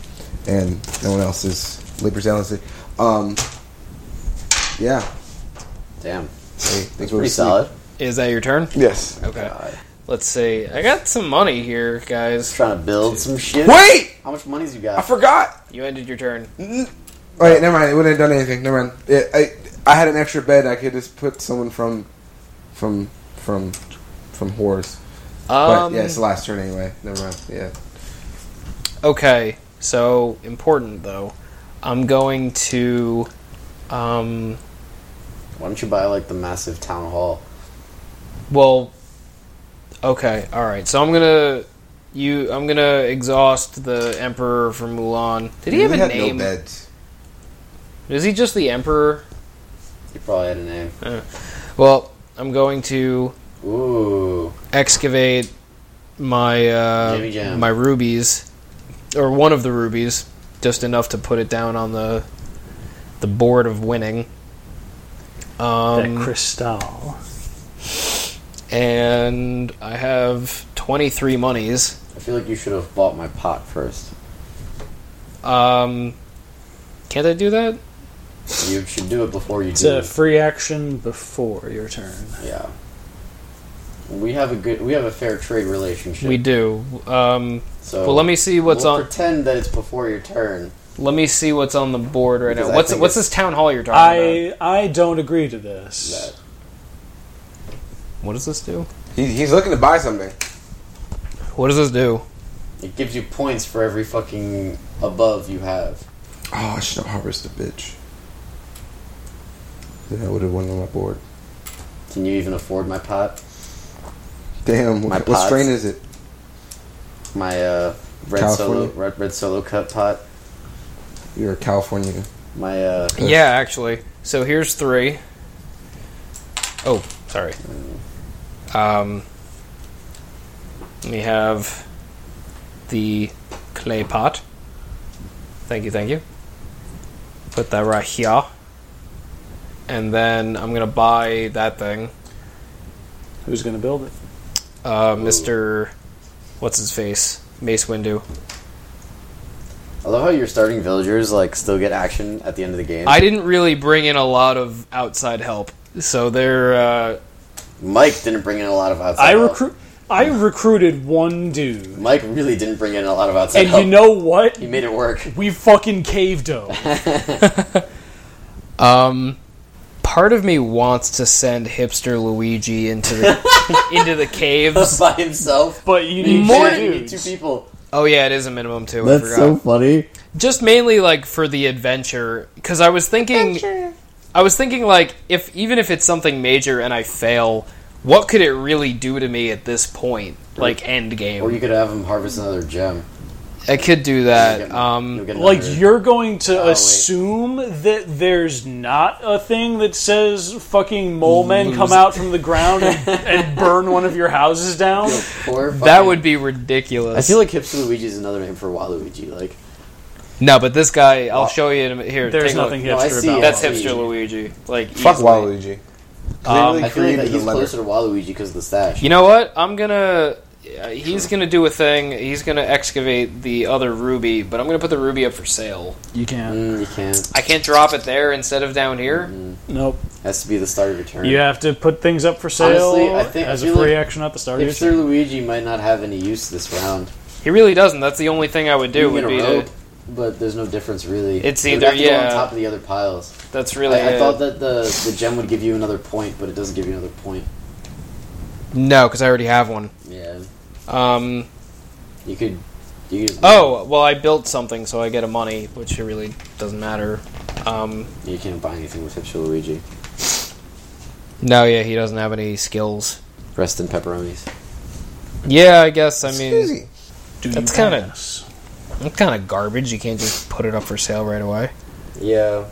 [SPEAKER 2] and no one else is labor's ailessly. Um. Yeah.
[SPEAKER 4] Damn,
[SPEAKER 2] Hey, thanks for
[SPEAKER 4] pretty
[SPEAKER 2] the
[SPEAKER 4] solid.
[SPEAKER 3] Is that your turn?
[SPEAKER 2] sleep. Yes.
[SPEAKER 3] Okay.
[SPEAKER 4] God.
[SPEAKER 3] Let's see. I got some money here, guys.
[SPEAKER 4] Trying to build some shit.
[SPEAKER 2] Wait,
[SPEAKER 4] How much money's you
[SPEAKER 2] I
[SPEAKER 4] got?
[SPEAKER 2] forgot.
[SPEAKER 3] You ended your turn.
[SPEAKER 2] All right, never mind. It wouldn't have done anything. Never mind. It, I I had an extra bed. I could just put someone from from from from whores. But
[SPEAKER 3] Um,
[SPEAKER 2] yeah, it's the last turn anyway. Never mind. Yeah.
[SPEAKER 3] Okay. So important though. I'm going to. Um.
[SPEAKER 4] Why don't you buy like the massive town hall?
[SPEAKER 3] Well. Okay. All right. So I'm gonna. You. I'm gonna exhaust the emperor from Mulan. Did he have
[SPEAKER 2] We
[SPEAKER 3] a
[SPEAKER 2] had
[SPEAKER 3] name?
[SPEAKER 2] No beds.
[SPEAKER 3] Is he just the emperor?
[SPEAKER 4] You probably had a name.
[SPEAKER 3] Well, I'm going to
[SPEAKER 4] Ooh,
[SPEAKER 3] excavate my
[SPEAKER 4] Jimmy
[SPEAKER 3] uh,
[SPEAKER 4] Jam.
[SPEAKER 3] my rubies or one of the rubies just enough to put it down on the the board of winning
[SPEAKER 5] that
[SPEAKER 3] um,
[SPEAKER 5] crystal.
[SPEAKER 3] and i have 23 monies
[SPEAKER 4] I feel like you should have bought my pot first.
[SPEAKER 3] um, can't i do that
[SPEAKER 4] You should do it before you
[SPEAKER 5] It's
[SPEAKER 4] do.
[SPEAKER 5] a free action before your turn.
[SPEAKER 4] yeah. We have a good, we have a fair trade relationship.
[SPEAKER 3] we do um,
[SPEAKER 4] So
[SPEAKER 3] well let me see what's
[SPEAKER 4] Oh. we'll
[SPEAKER 3] on
[SPEAKER 4] Pretend that it's before your turn.
[SPEAKER 3] let me see what's on the board right
[SPEAKER 4] Because
[SPEAKER 3] now
[SPEAKER 4] I
[SPEAKER 3] what's
[SPEAKER 4] think
[SPEAKER 3] what's
[SPEAKER 4] it's-
[SPEAKER 3] this town hall you're talking
[SPEAKER 5] I I don't agree to
[SPEAKER 4] That
[SPEAKER 5] this.
[SPEAKER 3] about what does this do
[SPEAKER 2] He, he's looking to buy something.
[SPEAKER 3] what does this do
[SPEAKER 4] it gives you points for every fucking above you have.
[SPEAKER 2] Oh, I should have harvested, bitch. Then I would have won on my board.
[SPEAKER 4] Can you even afford my pot?
[SPEAKER 2] Damn.
[SPEAKER 4] My
[SPEAKER 2] What, what
[SPEAKER 4] pots.
[SPEAKER 2] strain is it?
[SPEAKER 4] My uh, red
[SPEAKER 2] California?
[SPEAKER 4] solo red, red solo cut pot.
[SPEAKER 2] You're a California.
[SPEAKER 4] My uh,
[SPEAKER 2] Yes.
[SPEAKER 3] Yeah, actually. So here's three. Oh, sorry. Um, we have the clay pot. Thank you, thank you. Put that right here. And then I'm going to buy that thing.
[SPEAKER 5] Who's gonna build it?
[SPEAKER 3] Uh, Mr. What's his face? Mace Windu.
[SPEAKER 4] I love how your starting villagers like still get action at the end of the game.
[SPEAKER 3] I didn't really bring in a lot of outside help. So they're. Uh,
[SPEAKER 4] Mike didn't bring in a lot of outside.
[SPEAKER 5] I
[SPEAKER 4] help.
[SPEAKER 5] recruit. I recruited one dude,
[SPEAKER 4] Mike really didn't bring in a lot of outside.
[SPEAKER 5] and
[SPEAKER 4] help.
[SPEAKER 5] you know what?
[SPEAKER 4] he Oh. made it work. [laughs]
[SPEAKER 5] We fucking caved him.
[SPEAKER 3] um, Part of me wants to send hipster Luigi into the into the caves.
[SPEAKER 4] by himself.
[SPEAKER 5] But
[SPEAKER 4] You
[SPEAKER 5] you need
[SPEAKER 4] can't
[SPEAKER 5] two
[SPEAKER 4] get two
[SPEAKER 5] dudes.
[SPEAKER 4] people.
[SPEAKER 3] Oh yeah, it is a minimum too. I
[SPEAKER 4] That's
[SPEAKER 3] forgot.
[SPEAKER 4] so funny.
[SPEAKER 3] Just mainly like for the adventure, because I was thinking, I was thinking like if even if it's something major and I fail, what could it really do to me at this point, like end game?
[SPEAKER 4] Or you could have him harvest another gem.
[SPEAKER 3] I could do
[SPEAKER 4] You'll
[SPEAKER 3] that.
[SPEAKER 4] get-
[SPEAKER 3] Um,
[SPEAKER 4] you'll get
[SPEAKER 5] Uh, Like
[SPEAKER 4] another-
[SPEAKER 5] you're going to
[SPEAKER 4] Oh, wait.
[SPEAKER 5] assume that there's not a thing that says fucking mole
[SPEAKER 4] Mm.
[SPEAKER 5] men come out from the
[SPEAKER 4] [laughs]
[SPEAKER 5] ground and, and burn one of your houses down.
[SPEAKER 4] Or
[SPEAKER 3] that
[SPEAKER 4] fucking-
[SPEAKER 3] would be
[SPEAKER 4] I
[SPEAKER 3] ridiculous.
[SPEAKER 4] feel like Hipster Luigi is another name for Waluigi. Like
[SPEAKER 3] no, but this guy, I'll show you in a, here.
[SPEAKER 5] There's
[SPEAKER 3] take a look.
[SPEAKER 5] nothing
[SPEAKER 4] No, I
[SPEAKER 5] hipster
[SPEAKER 4] see
[SPEAKER 5] about
[SPEAKER 4] it.
[SPEAKER 5] it.
[SPEAKER 3] That's
[SPEAKER 4] Waluigi.
[SPEAKER 3] hipster Luigi. Like
[SPEAKER 2] Fuck
[SPEAKER 3] easily.
[SPEAKER 2] Waluigi. 'Cause they
[SPEAKER 3] Um,
[SPEAKER 2] really
[SPEAKER 4] I feel like
[SPEAKER 2] created
[SPEAKER 4] that
[SPEAKER 2] the
[SPEAKER 4] he's
[SPEAKER 2] letter.
[SPEAKER 4] closer to Waluigi because of the stash.
[SPEAKER 3] You know what? I'm gonna. Uh, he's gonna do a thing. He's gonna excavate the other ruby, but I'm gonna put the ruby up for sale.
[SPEAKER 5] You can't.
[SPEAKER 4] Mm, you can't.
[SPEAKER 3] I can't drop it there instead of down here.
[SPEAKER 5] Nope.
[SPEAKER 4] Has to be the start of your turn.
[SPEAKER 5] You have to put things up for sale
[SPEAKER 4] Honestly, I think-
[SPEAKER 5] as
[SPEAKER 4] I
[SPEAKER 5] a
[SPEAKER 4] feel
[SPEAKER 5] free
[SPEAKER 4] like
[SPEAKER 5] action at the start of your
[SPEAKER 4] Hipster
[SPEAKER 5] turn.
[SPEAKER 4] Luigi might not have any use this round.
[SPEAKER 3] He really doesn't. That's the only thing I would do.
[SPEAKER 4] You
[SPEAKER 3] Would
[SPEAKER 4] can
[SPEAKER 3] be
[SPEAKER 4] get a
[SPEAKER 3] to,
[SPEAKER 4] rope, but there's no difference really.
[SPEAKER 3] It's
[SPEAKER 4] It would
[SPEAKER 3] either-
[SPEAKER 4] have to go
[SPEAKER 3] yeah.
[SPEAKER 4] on top of the other piles.
[SPEAKER 3] that's really.
[SPEAKER 4] I, I
[SPEAKER 3] it.
[SPEAKER 4] thought that the the gem would give you another point, but it doesn't give you another point.
[SPEAKER 3] no, because I already have one.
[SPEAKER 4] Yeah,
[SPEAKER 3] Um.
[SPEAKER 4] you could. You could just,
[SPEAKER 3] Oh well, I built something, so I get a money, which really doesn't matter. Um.
[SPEAKER 4] you can't buy anything with Hipster Luigi.
[SPEAKER 3] No, yeah, he doesn't have any skills.
[SPEAKER 4] Rest in pepperonis.
[SPEAKER 3] Yeah, I guess. I mean,
[SPEAKER 2] Excuse me.
[SPEAKER 5] Do
[SPEAKER 3] That's
[SPEAKER 5] you
[SPEAKER 3] kinda-
[SPEAKER 5] have this?
[SPEAKER 3] it's kind of garbage. You can't just put it up for sale right away.
[SPEAKER 4] Yeah.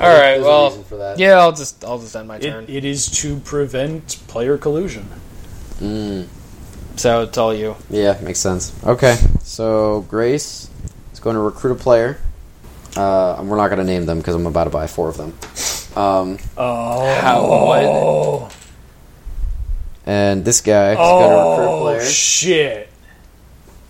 [SPEAKER 3] All right.
[SPEAKER 4] There's a
[SPEAKER 3] well.
[SPEAKER 4] reason for that.
[SPEAKER 3] Yeah, I'll just I'll just end my turn.
[SPEAKER 5] It, it is to prevent player collusion.
[SPEAKER 4] Mm,
[SPEAKER 3] so it's all you.
[SPEAKER 4] yeah, makes sense. Okay, so Grace is going to recruit a player. Uh, and we're not going to name them because I'm about to buy four of them. Um,
[SPEAKER 5] Oh.
[SPEAKER 4] and this guy is going to recruit a
[SPEAKER 5] Oh
[SPEAKER 4] player.
[SPEAKER 5] shit!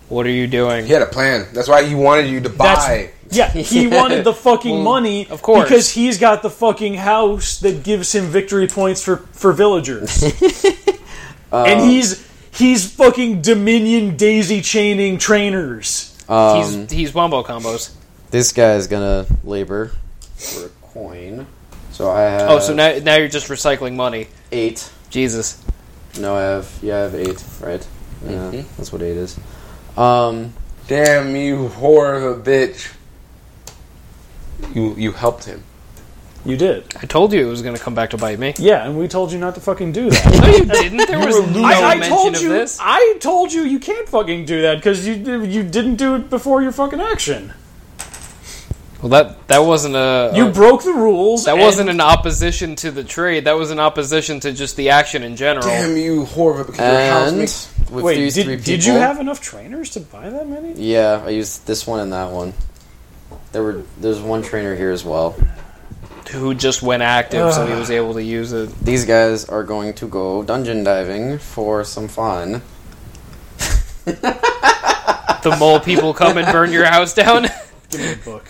[SPEAKER 3] What are you doing?
[SPEAKER 2] He had a plan. That's why he wanted you to buy.
[SPEAKER 3] [laughs]
[SPEAKER 5] yeah, he wanted the fucking money,
[SPEAKER 3] of course.
[SPEAKER 5] because he's got the fucking house that gives him victory points for for
[SPEAKER 3] [laughs]
[SPEAKER 5] villagers,
[SPEAKER 3] Um,
[SPEAKER 5] and he's he's fucking Dominion daisy chaining trainers.
[SPEAKER 4] Um,
[SPEAKER 3] he's he's wombo combos.
[SPEAKER 4] this guy is going to labor for a coin. So I have
[SPEAKER 3] oh,
[SPEAKER 5] uh,
[SPEAKER 3] so now now you're just recycling money.
[SPEAKER 4] eight.
[SPEAKER 3] Jesus.
[SPEAKER 4] No, I have yeah, I have eight. Right. Yeah,
[SPEAKER 5] Mm-hmm.
[SPEAKER 4] that's what eight is. Um,
[SPEAKER 2] Damn you, whore of a bitch. You you helped him.
[SPEAKER 5] You did,
[SPEAKER 3] I told you it was going to come back to bite
[SPEAKER 5] [laughs]
[SPEAKER 3] me.
[SPEAKER 5] yeah, and we told you not to fucking do that.
[SPEAKER 3] No, you didn't. [laughs] There was no
[SPEAKER 5] I, I
[SPEAKER 3] mention
[SPEAKER 5] told
[SPEAKER 3] of
[SPEAKER 5] you,
[SPEAKER 3] this.
[SPEAKER 5] I told you, you can't fucking do that because you you didn't do it before your fucking action.
[SPEAKER 3] Well, that that wasn't a
[SPEAKER 5] You broke the rules.
[SPEAKER 3] Uh, that
[SPEAKER 5] and-
[SPEAKER 3] wasn't an opposition to the trade. That was an opposition to just the action in general.
[SPEAKER 2] Damn you, whore of a bitch. Your house
[SPEAKER 4] and
[SPEAKER 2] makes-
[SPEAKER 4] with
[SPEAKER 5] Wait,
[SPEAKER 4] these
[SPEAKER 5] did,
[SPEAKER 4] three people,
[SPEAKER 5] did you have enough trainers to buy that many?
[SPEAKER 4] Yeah, I used this one and that one. There were there's one trainer here as well.
[SPEAKER 3] Who just went active, so he was able to use it.
[SPEAKER 4] These guys are going to go dungeon diving for some fun.
[SPEAKER 3] The mole people come and burn your house
[SPEAKER 5] [laughs]
[SPEAKER 3] down.
[SPEAKER 5] Give me a book.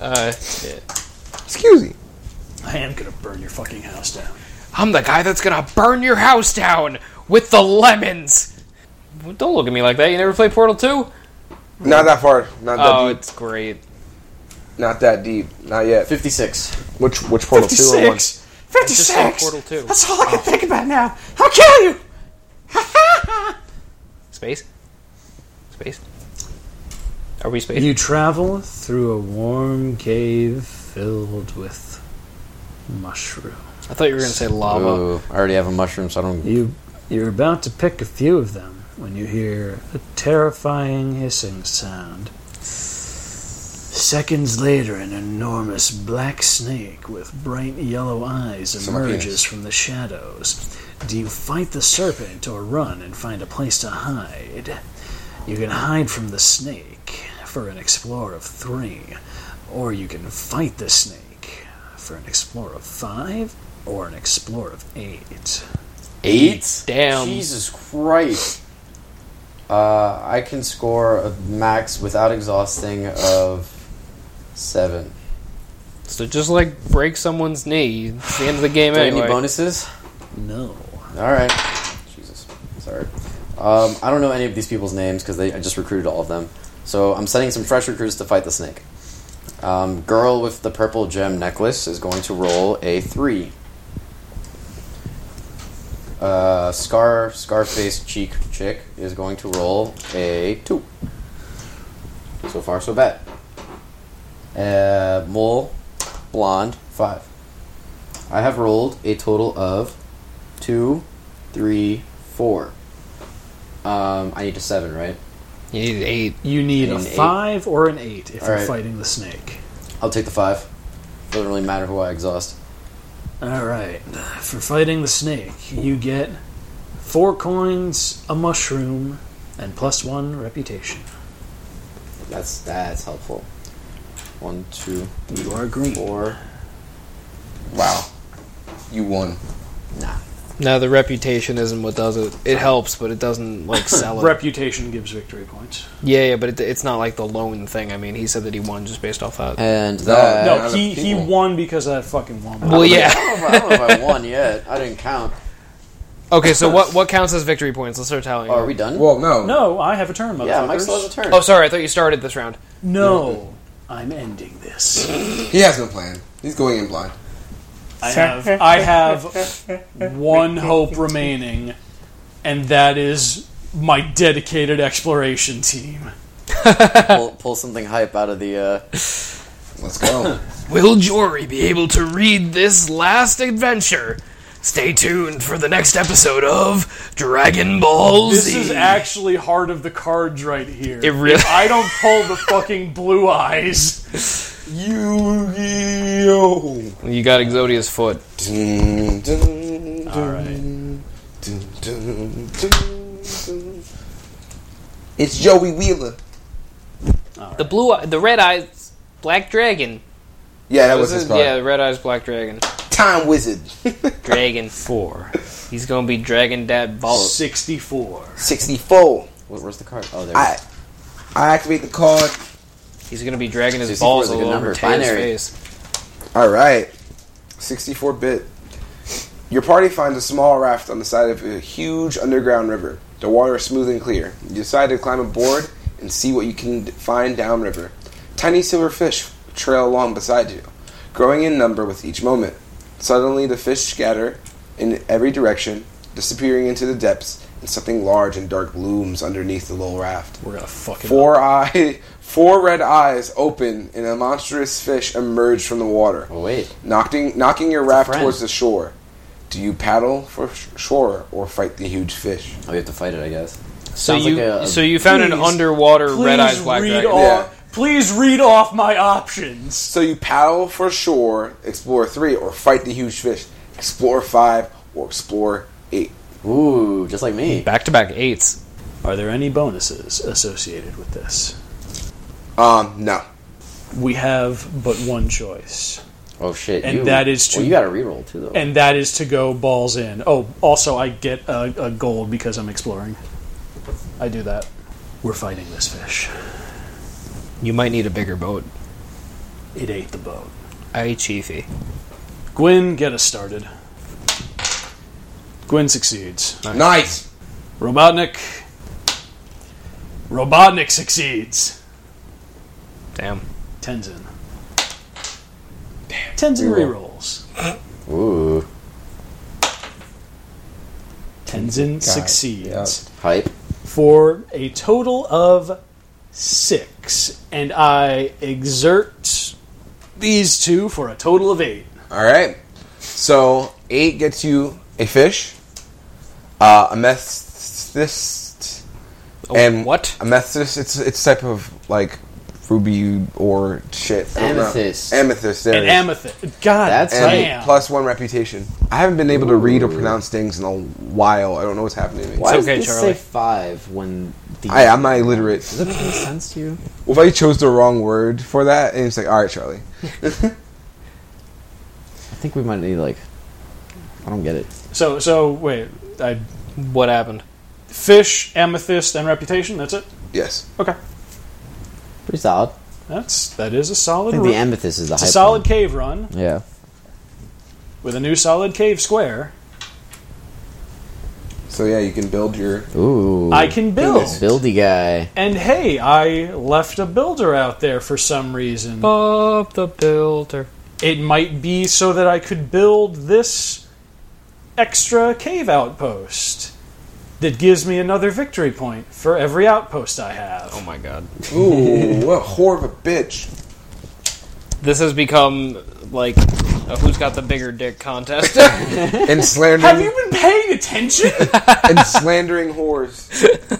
[SPEAKER 3] Uh,
[SPEAKER 2] Excuse me.
[SPEAKER 5] [laughs] I am gonna burn your fucking house down.
[SPEAKER 3] I'm the guy that's gonna burn your house down with the lemons. Well, Don't look at me like that. You never played Portal 2?
[SPEAKER 2] Not that far. Not that
[SPEAKER 3] Oh,
[SPEAKER 2] deep.
[SPEAKER 3] it's great.
[SPEAKER 2] Not that deep. Not yet.
[SPEAKER 4] Fifty six.
[SPEAKER 2] Which which portal? Two or one?
[SPEAKER 5] 56! 56!
[SPEAKER 3] Just like Portal 2.
[SPEAKER 5] That's all I can think about now! I'll kill you!
[SPEAKER 3] Space? Space? Are we space?
[SPEAKER 5] You travel through a warm cave filled with mushrooms.
[SPEAKER 3] I thought you were gonna say lava.
[SPEAKER 4] Ooh, I already have a mushroom, so I don't.
[SPEAKER 5] You, you're about to pick a few of them when you hear a terrifying hissing sound. Seconds later, an enormous black snake with bright yellow eyes
[SPEAKER 2] my
[SPEAKER 5] emerges
[SPEAKER 2] penis.
[SPEAKER 5] from the shadows. Do you fight the serpent or run and find a place to hide? You can hide from the snake for an explorer of three, or you can fight the snake for an explorer of five or an explorer of eight.
[SPEAKER 4] Eight?
[SPEAKER 3] Damn.
[SPEAKER 4] Jesus Christ. Uh, I can score a max without exhausting of seven.
[SPEAKER 3] So just like break someone's knee. It's the end of the game
[SPEAKER 4] Do I have
[SPEAKER 3] anyway.
[SPEAKER 4] Any bonuses?
[SPEAKER 5] No.
[SPEAKER 4] All right. Jesus. Sorry. Um, I don't know any of these people's names because I just recruited all of them. So I'm sending some fresh recruits to fight the snake. Um, girl with the purple gem necklace is going to roll a three. Uh, scar Scarface cheek chick is going to roll a two. So far, so bad. Uh, mole blonde five. I have rolled a total of two, three, four. Um, I need a seven, right?
[SPEAKER 3] You need an eight.
[SPEAKER 5] You need
[SPEAKER 4] An
[SPEAKER 5] a
[SPEAKER 4] eight.
[SPEAKER 5] five or an eight if
[SPEAKER 4] All
[SPEAKER 5] you're
[SPEAKER 4] right.
[SPEAKER 5] fighting the snake.
[SPEAKER 4] I'll take the five. Doesn't really matter who I exhaust.
[SPEAKER 5] All right. For fighting the snake, you get four coins, a mushroom, and plus one reputation.
[SPEAKER 4] That's that's helpful. One, two,
[SPEAKER 5] You are green.
[SPEAKER 4] four.
[SPEAKER 2] Wow. You won.
[SPEAKER 4] Nah.
[SPEAKER 3] No, the reputation isn't what does it. It helps, but it doesn't like sell it.
[SPEAKER 5] Reputation gives victory points.
[SPEAKER 3] yeah, yeah, but it, it's not like the loan thing. I mean, he said that he won just based off that.
[SPEAKER 4] And
[SPEAKER 2] No,
[SPEAKER 4] that.
[SPEAKER 5] [laughs]
[SPEAKER 2] Uh,
[SPEAKER 5] no,
[SPEAKER 2] other
[SPEAKER 5] he, he
[SPEAKER 2] people.
[SPEAKER 5] won because of that fucking wombat.
[SPEAKER 3] Well, yeah.
[SPEAKER 4] I don't know if I won yet. I didn't count.
[SPEAKER 3] Okay, so what what counts as victory points? Let's start tallying.
[SPEAKER 4] Oh, Are we done?
[SPEAKER 2] Well, no.
[SPEAKER 5] No, I have a turn, motherfuckers.
[SPEAKER 4] yeah, Mike still has a turn.
[SPEAKER 3] Oh, sorry. I thought you started this round.
[SPEAKER 5] No, I'm ending
[SPEAKER 4] [laughs]
[SPEAKER 5] this.
[SPEAKER 2] He has no plan. He's going in blind.
[SPEAKER 5] I have I have one hope remaining, and that is my dedicated exploration team.
[SPEAKER 4] pull, pull something hype out of the. Uh,
[SPEAKER 2] Let's go.
[SPEAKER 3] Will Jory be able to read this last adventure? Stay tuned for the next episode of Dragon Ball
[SPEAKER 5] This
[SPEAKER 3] Z.
[SPEAKER 5] is actually heart of the cards right here.
[SPEAKER 3] It really-
[SPEAKER 5] if I don't pull the fucking blue eyes.
[SPEAKER 2] Yu-Gi-Oh!
[SPEAKER 3] you got Exodia's foot.
[SPEAKER 2] Dun, dun, dun,
[SPEAKER 5] All right.
[SPEAKER 2] dun, dun, dun, dun. It's Joey Wheeler.
[SPEAKER 3] The blue, eye, the red eyes, black dragon.
[SPEAKER 2] Yeah, that was his card.
[SPEAKER 3] yeah, red eyes, black dragon,
[SPEAKER 2] Time Wizard.
[SPEAKER 3] dragon four. He's gonna be dragon dad ball.
[SPEAKER 5] 64.
[SPEAKER 2] 64.
[SPEAKER 4] what, where's the card? Oh, there.
[SPEAKER 2] I I activate the card.
[SPEAKER 3] He's gonna be dragging his
[SPEAKER 4] 64
[SPEAKER 3] balls
[SPEAKER 4] is a
[SPEAKER 3] all
[SPEAKER 4] good
[SPEAKER 3] over
[SPEAKER 4] number.
[SPEAKER 3] Taylor's
[SPEAKER 4] Binary.
[SPEAKER 3] face.
[SPEAKER 2] All right. 64 bit. Your party finds a small raft on the side of a huge underground river. The water is smooth and clear. You decide to climb aboard and see what you can d- find downriver. Tiny silver fish trail along beside you, growing in number with each moment. Suddenly, the fish scatter in every direction, disappearing into the depths, and something large and dark looms underneath the low raft.
[SPEAKER 5] We're gonna fucking.
[SPEAKER 2] Four eye, [laughs] four red eyes open, and a monstrous fish emerged from the water
[SPEAKER 4] Oh, wait.
[SPEAKER 2] knocking knocking your raft
[SPEAKER 4] friend.
[SPEAKER 2] towards the shore. Do you paddle for sh- shore or fight the huge fish?
[SPEAKER 4] Oh, you have to fight it, I guess.
[SPEAKER 3] So
[SPEAKER 4] Sounds
[SPEAKER 3] you,
[SPEAKER 4] like a-
[SPEAKER 3] so you found an
[SPEAKER 5] Please-
[SPEAKER 3] underwater
[SPEAKER 5] Please
[SPEAKER 3] red eyes, black
[SPEAKER 5] read
[SPEAKER 3] dragon.
[SPEAKER 5] off.
[SPEAKER 2] Yeah.
[SPEAKER 5] Please read off my options.
[SPEAKER 2] So you paddle for shore, explore three, or fight the huge fish, explore five, or explore eight.
[SPEAKER 4] Ooh, just like me.
[SPEAKER 3] Back to back eights.
[SPEAKER 5] Are there any bonuses associated with this?
[SPEAKER 2] Um, no.
[SPEAKER 5] We have but one choice.
[SPEAKER 4] Oh shit!
[SPEAKER 5] And
[SPEAKER 4] you,
[SPEAKER 5] that is to-
[SPEAKER 4] Well, you got a reroll too, though.
[SPEAKER 5] and that is to go balls in. Oh, also I get a, a gold because I'm exploring. I do that. We're fighting this fish.
[SPEAKER 3] You might need a bigger boat.
[SPEAKER 5] It ate the boat.
[SPEAKER 3] Aye, chiefy.
[SPEAKER 5] Gwyn, get us started. Gwyn succeeds.
[SPEAKER 2] Nice.
[SPEAKER 5] Robotnik. Robotnik succeeds.
[SPEAKER 3] Damn.
[SPEAKER 5] Tenzin. Tenzin rerolls.
[SPEAKER 4] Ooh,
[SPEAKER 5] Tenzin
[SPEAKER 2] yeah.
[SPEAKER 5] succeeds.
[SPEAKER 4] hype.
[SPEAKER 5] for a total of six, and I exert these two for a total of eight.
[SPEAKER 2] All right. So eight gets you a fish, uh, a methist, and
[SPEAKER 3] what?
[SPEAKER 2] A methist. It's it's type of like ruby or shit. I don't know.
[SPEAKER 4] Amethyst.
[SPEAKER 2] Amethyst. There
[SPEAKER 5] An
[SPEAKER 2] it is.
[SPEAKER 5] amethyst. God
[SPEAKER 4] That's
[SPEAKER 2] and
[SPEAKER 5] damn.
[SPEAKER 2] plus one reputation. I haven't been able to read or
[SPEAKER 4] Ooh.
[SPEAKER 2] pronounce things in a while. I don't know what's happening to me.
[SPEAKER 4] Why
[SPEAKER 3] It's okay,
[SPEAKER 4] does this
[SPEAKER 3] Charlie.
[SPEAKER 4] say five when the?
[SPEAKER 2] I, I'm not illiterate.
[SPEAKER 4] Does that make any sense to you?
[SPEAKER 2] What if I chose the wrong word for that? And it's like, all right, Charlie.
[SPEAKER 4] I think we might need like. I don't get it.
[SPEAKER 5] so so wait, I
[SPEAKER 3] What happened?
[SPEAKER 5] fish, amethyst, and reputation. That's it.
[SPEAKER 2] Yes.
[SPEAKER 5] Okay,
[SPEAKER 4] Pretty solid.
[SPEAKER 5] that's that is a
[SPEAKER 4] I
[SPEAKER 5] solid.
[SPEAKER 4] think
[SPEAKER 5] run.
[SPEAKER 4] the amethyst is the
[SPEAKER 5] it's a
[SPEAKER 4] hype
[SPEAKER 5] solid cave run
[SPEAKER 4] One. Yeah.
[SPEAKER 5] with a new solid cave square.
[SPEAKER 2] So yeah, you can build
[SPEAKER 5] [laughs]
[SPEAKER 2] your.
[SPEAKER 4] Ooh. Oh,
[SPEAKER 5] I can build.
[SPEAKER 4] Buildy guy.
[SPEAKER 5] And hey, I left a builder out there for some reason.
[SPEAKER 3] Bob the Builder.
[SPEAKER 5] It might be so that I could build this extra cave outpost that gives me another victory point for every outpost I have.
[SPEAKER 3] Oh my god.
[SPEAKER 2] Ooh, what a [laughs] whore of a bitch!
[SPEAKER 3] This has become like a who's got the bigger dick contest.
[SPEAKER 2] And
[SPEAKER 5] have
[SPEAKER 2] slandering
[SPEAKER 5] you been
[SPEAKER 4] [laughs]
[SPEAKER 5] paying attention?
[SPEAKER 2] [laughs] and slandering whores.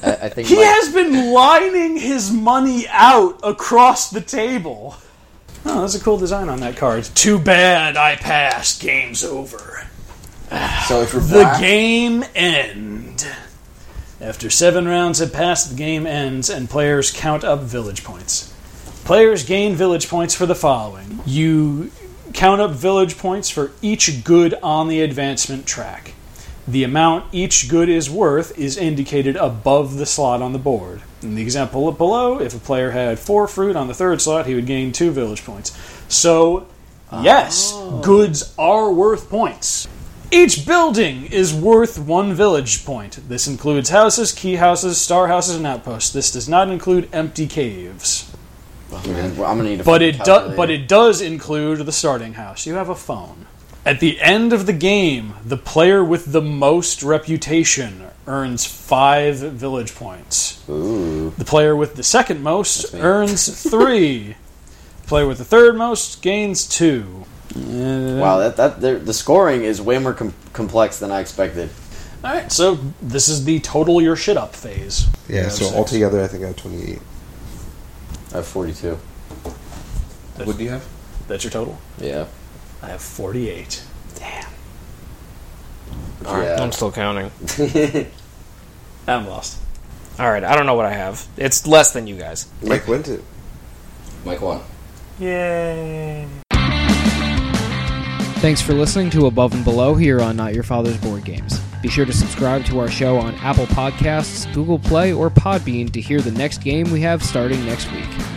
[SPEAKER 4] I, I think
[SPEAKER 5] he
[SPEAKER 4] Mike-
[SPEAKER 5] has been lining his money out across the table. Oh, that's a cool design on that card. Too bad I passed. Game's over.
[SPEAKER 2] So if you're
[SPEAKER 5] The
[SPEAKER 2] black,
[SPEAKER 5] game end. After seven rounds have passed, the game ends and players count up village points. Players gain village points for the following. You count up village points for each good on the advancement track. The amount each good is worth is indicated above the slot on the board. In the example below, if a player had four fruit on the third slot, he would gain two village points. So, yes, goods are worth points. Each building is worth one village point. This includes houses, key houses, star houses, and outposts. This does not include empty caves.
[SPEAKER 4] Man, well, I'm gonna need a
[SPEAKER 5] But it
[SPEAKER 4] calculator.
[SPEAKER 5] does. But it does include the starting house. You have a phone. At the end of the game, the player with the most reputation earns five village points.
[SPEAKER 4] Ooh.
[SPEAKER 5] The player with the second most
[SPEAKER 4] me.
[SPEAKER 5] earns three. the player with the third most gains two.
[SPEAKER 4] Wow, that, that the, the scoring is way more com- complex than I expected.
[SPEAKER 5] All right, so this is the total your shit up phase.
[SPEAKER 2] yeah. So altogether, I think I have 28.
[SPEAKER 4] I have 42.
[SPEAKER 2] What do you have?
[SPEAKER 5] That's your total.
[SPEAKER 4] Yeah.
[SPEAKER 5] I have 48. Damn.
[SPEAKER 4] yeah.
[SPEAKER 3] [laughs] I'm still counting.
[SPEAKER 5] I'm lost.
[SPEAKER 3] Alright, I don't know what I have. It's less than you guys.
[SPEAKER 2] Mike went it.
[SPEAKER 4] Mike won.
[SPEAKER 5] Yay.
[SPEAKER 1] Thanks for listening to Above and Below here on Not Your Father's Board Games. Be sure to subscribe to our show on Apple Podcasts, Google Play, or Podbean to hear the next game we have starting next week.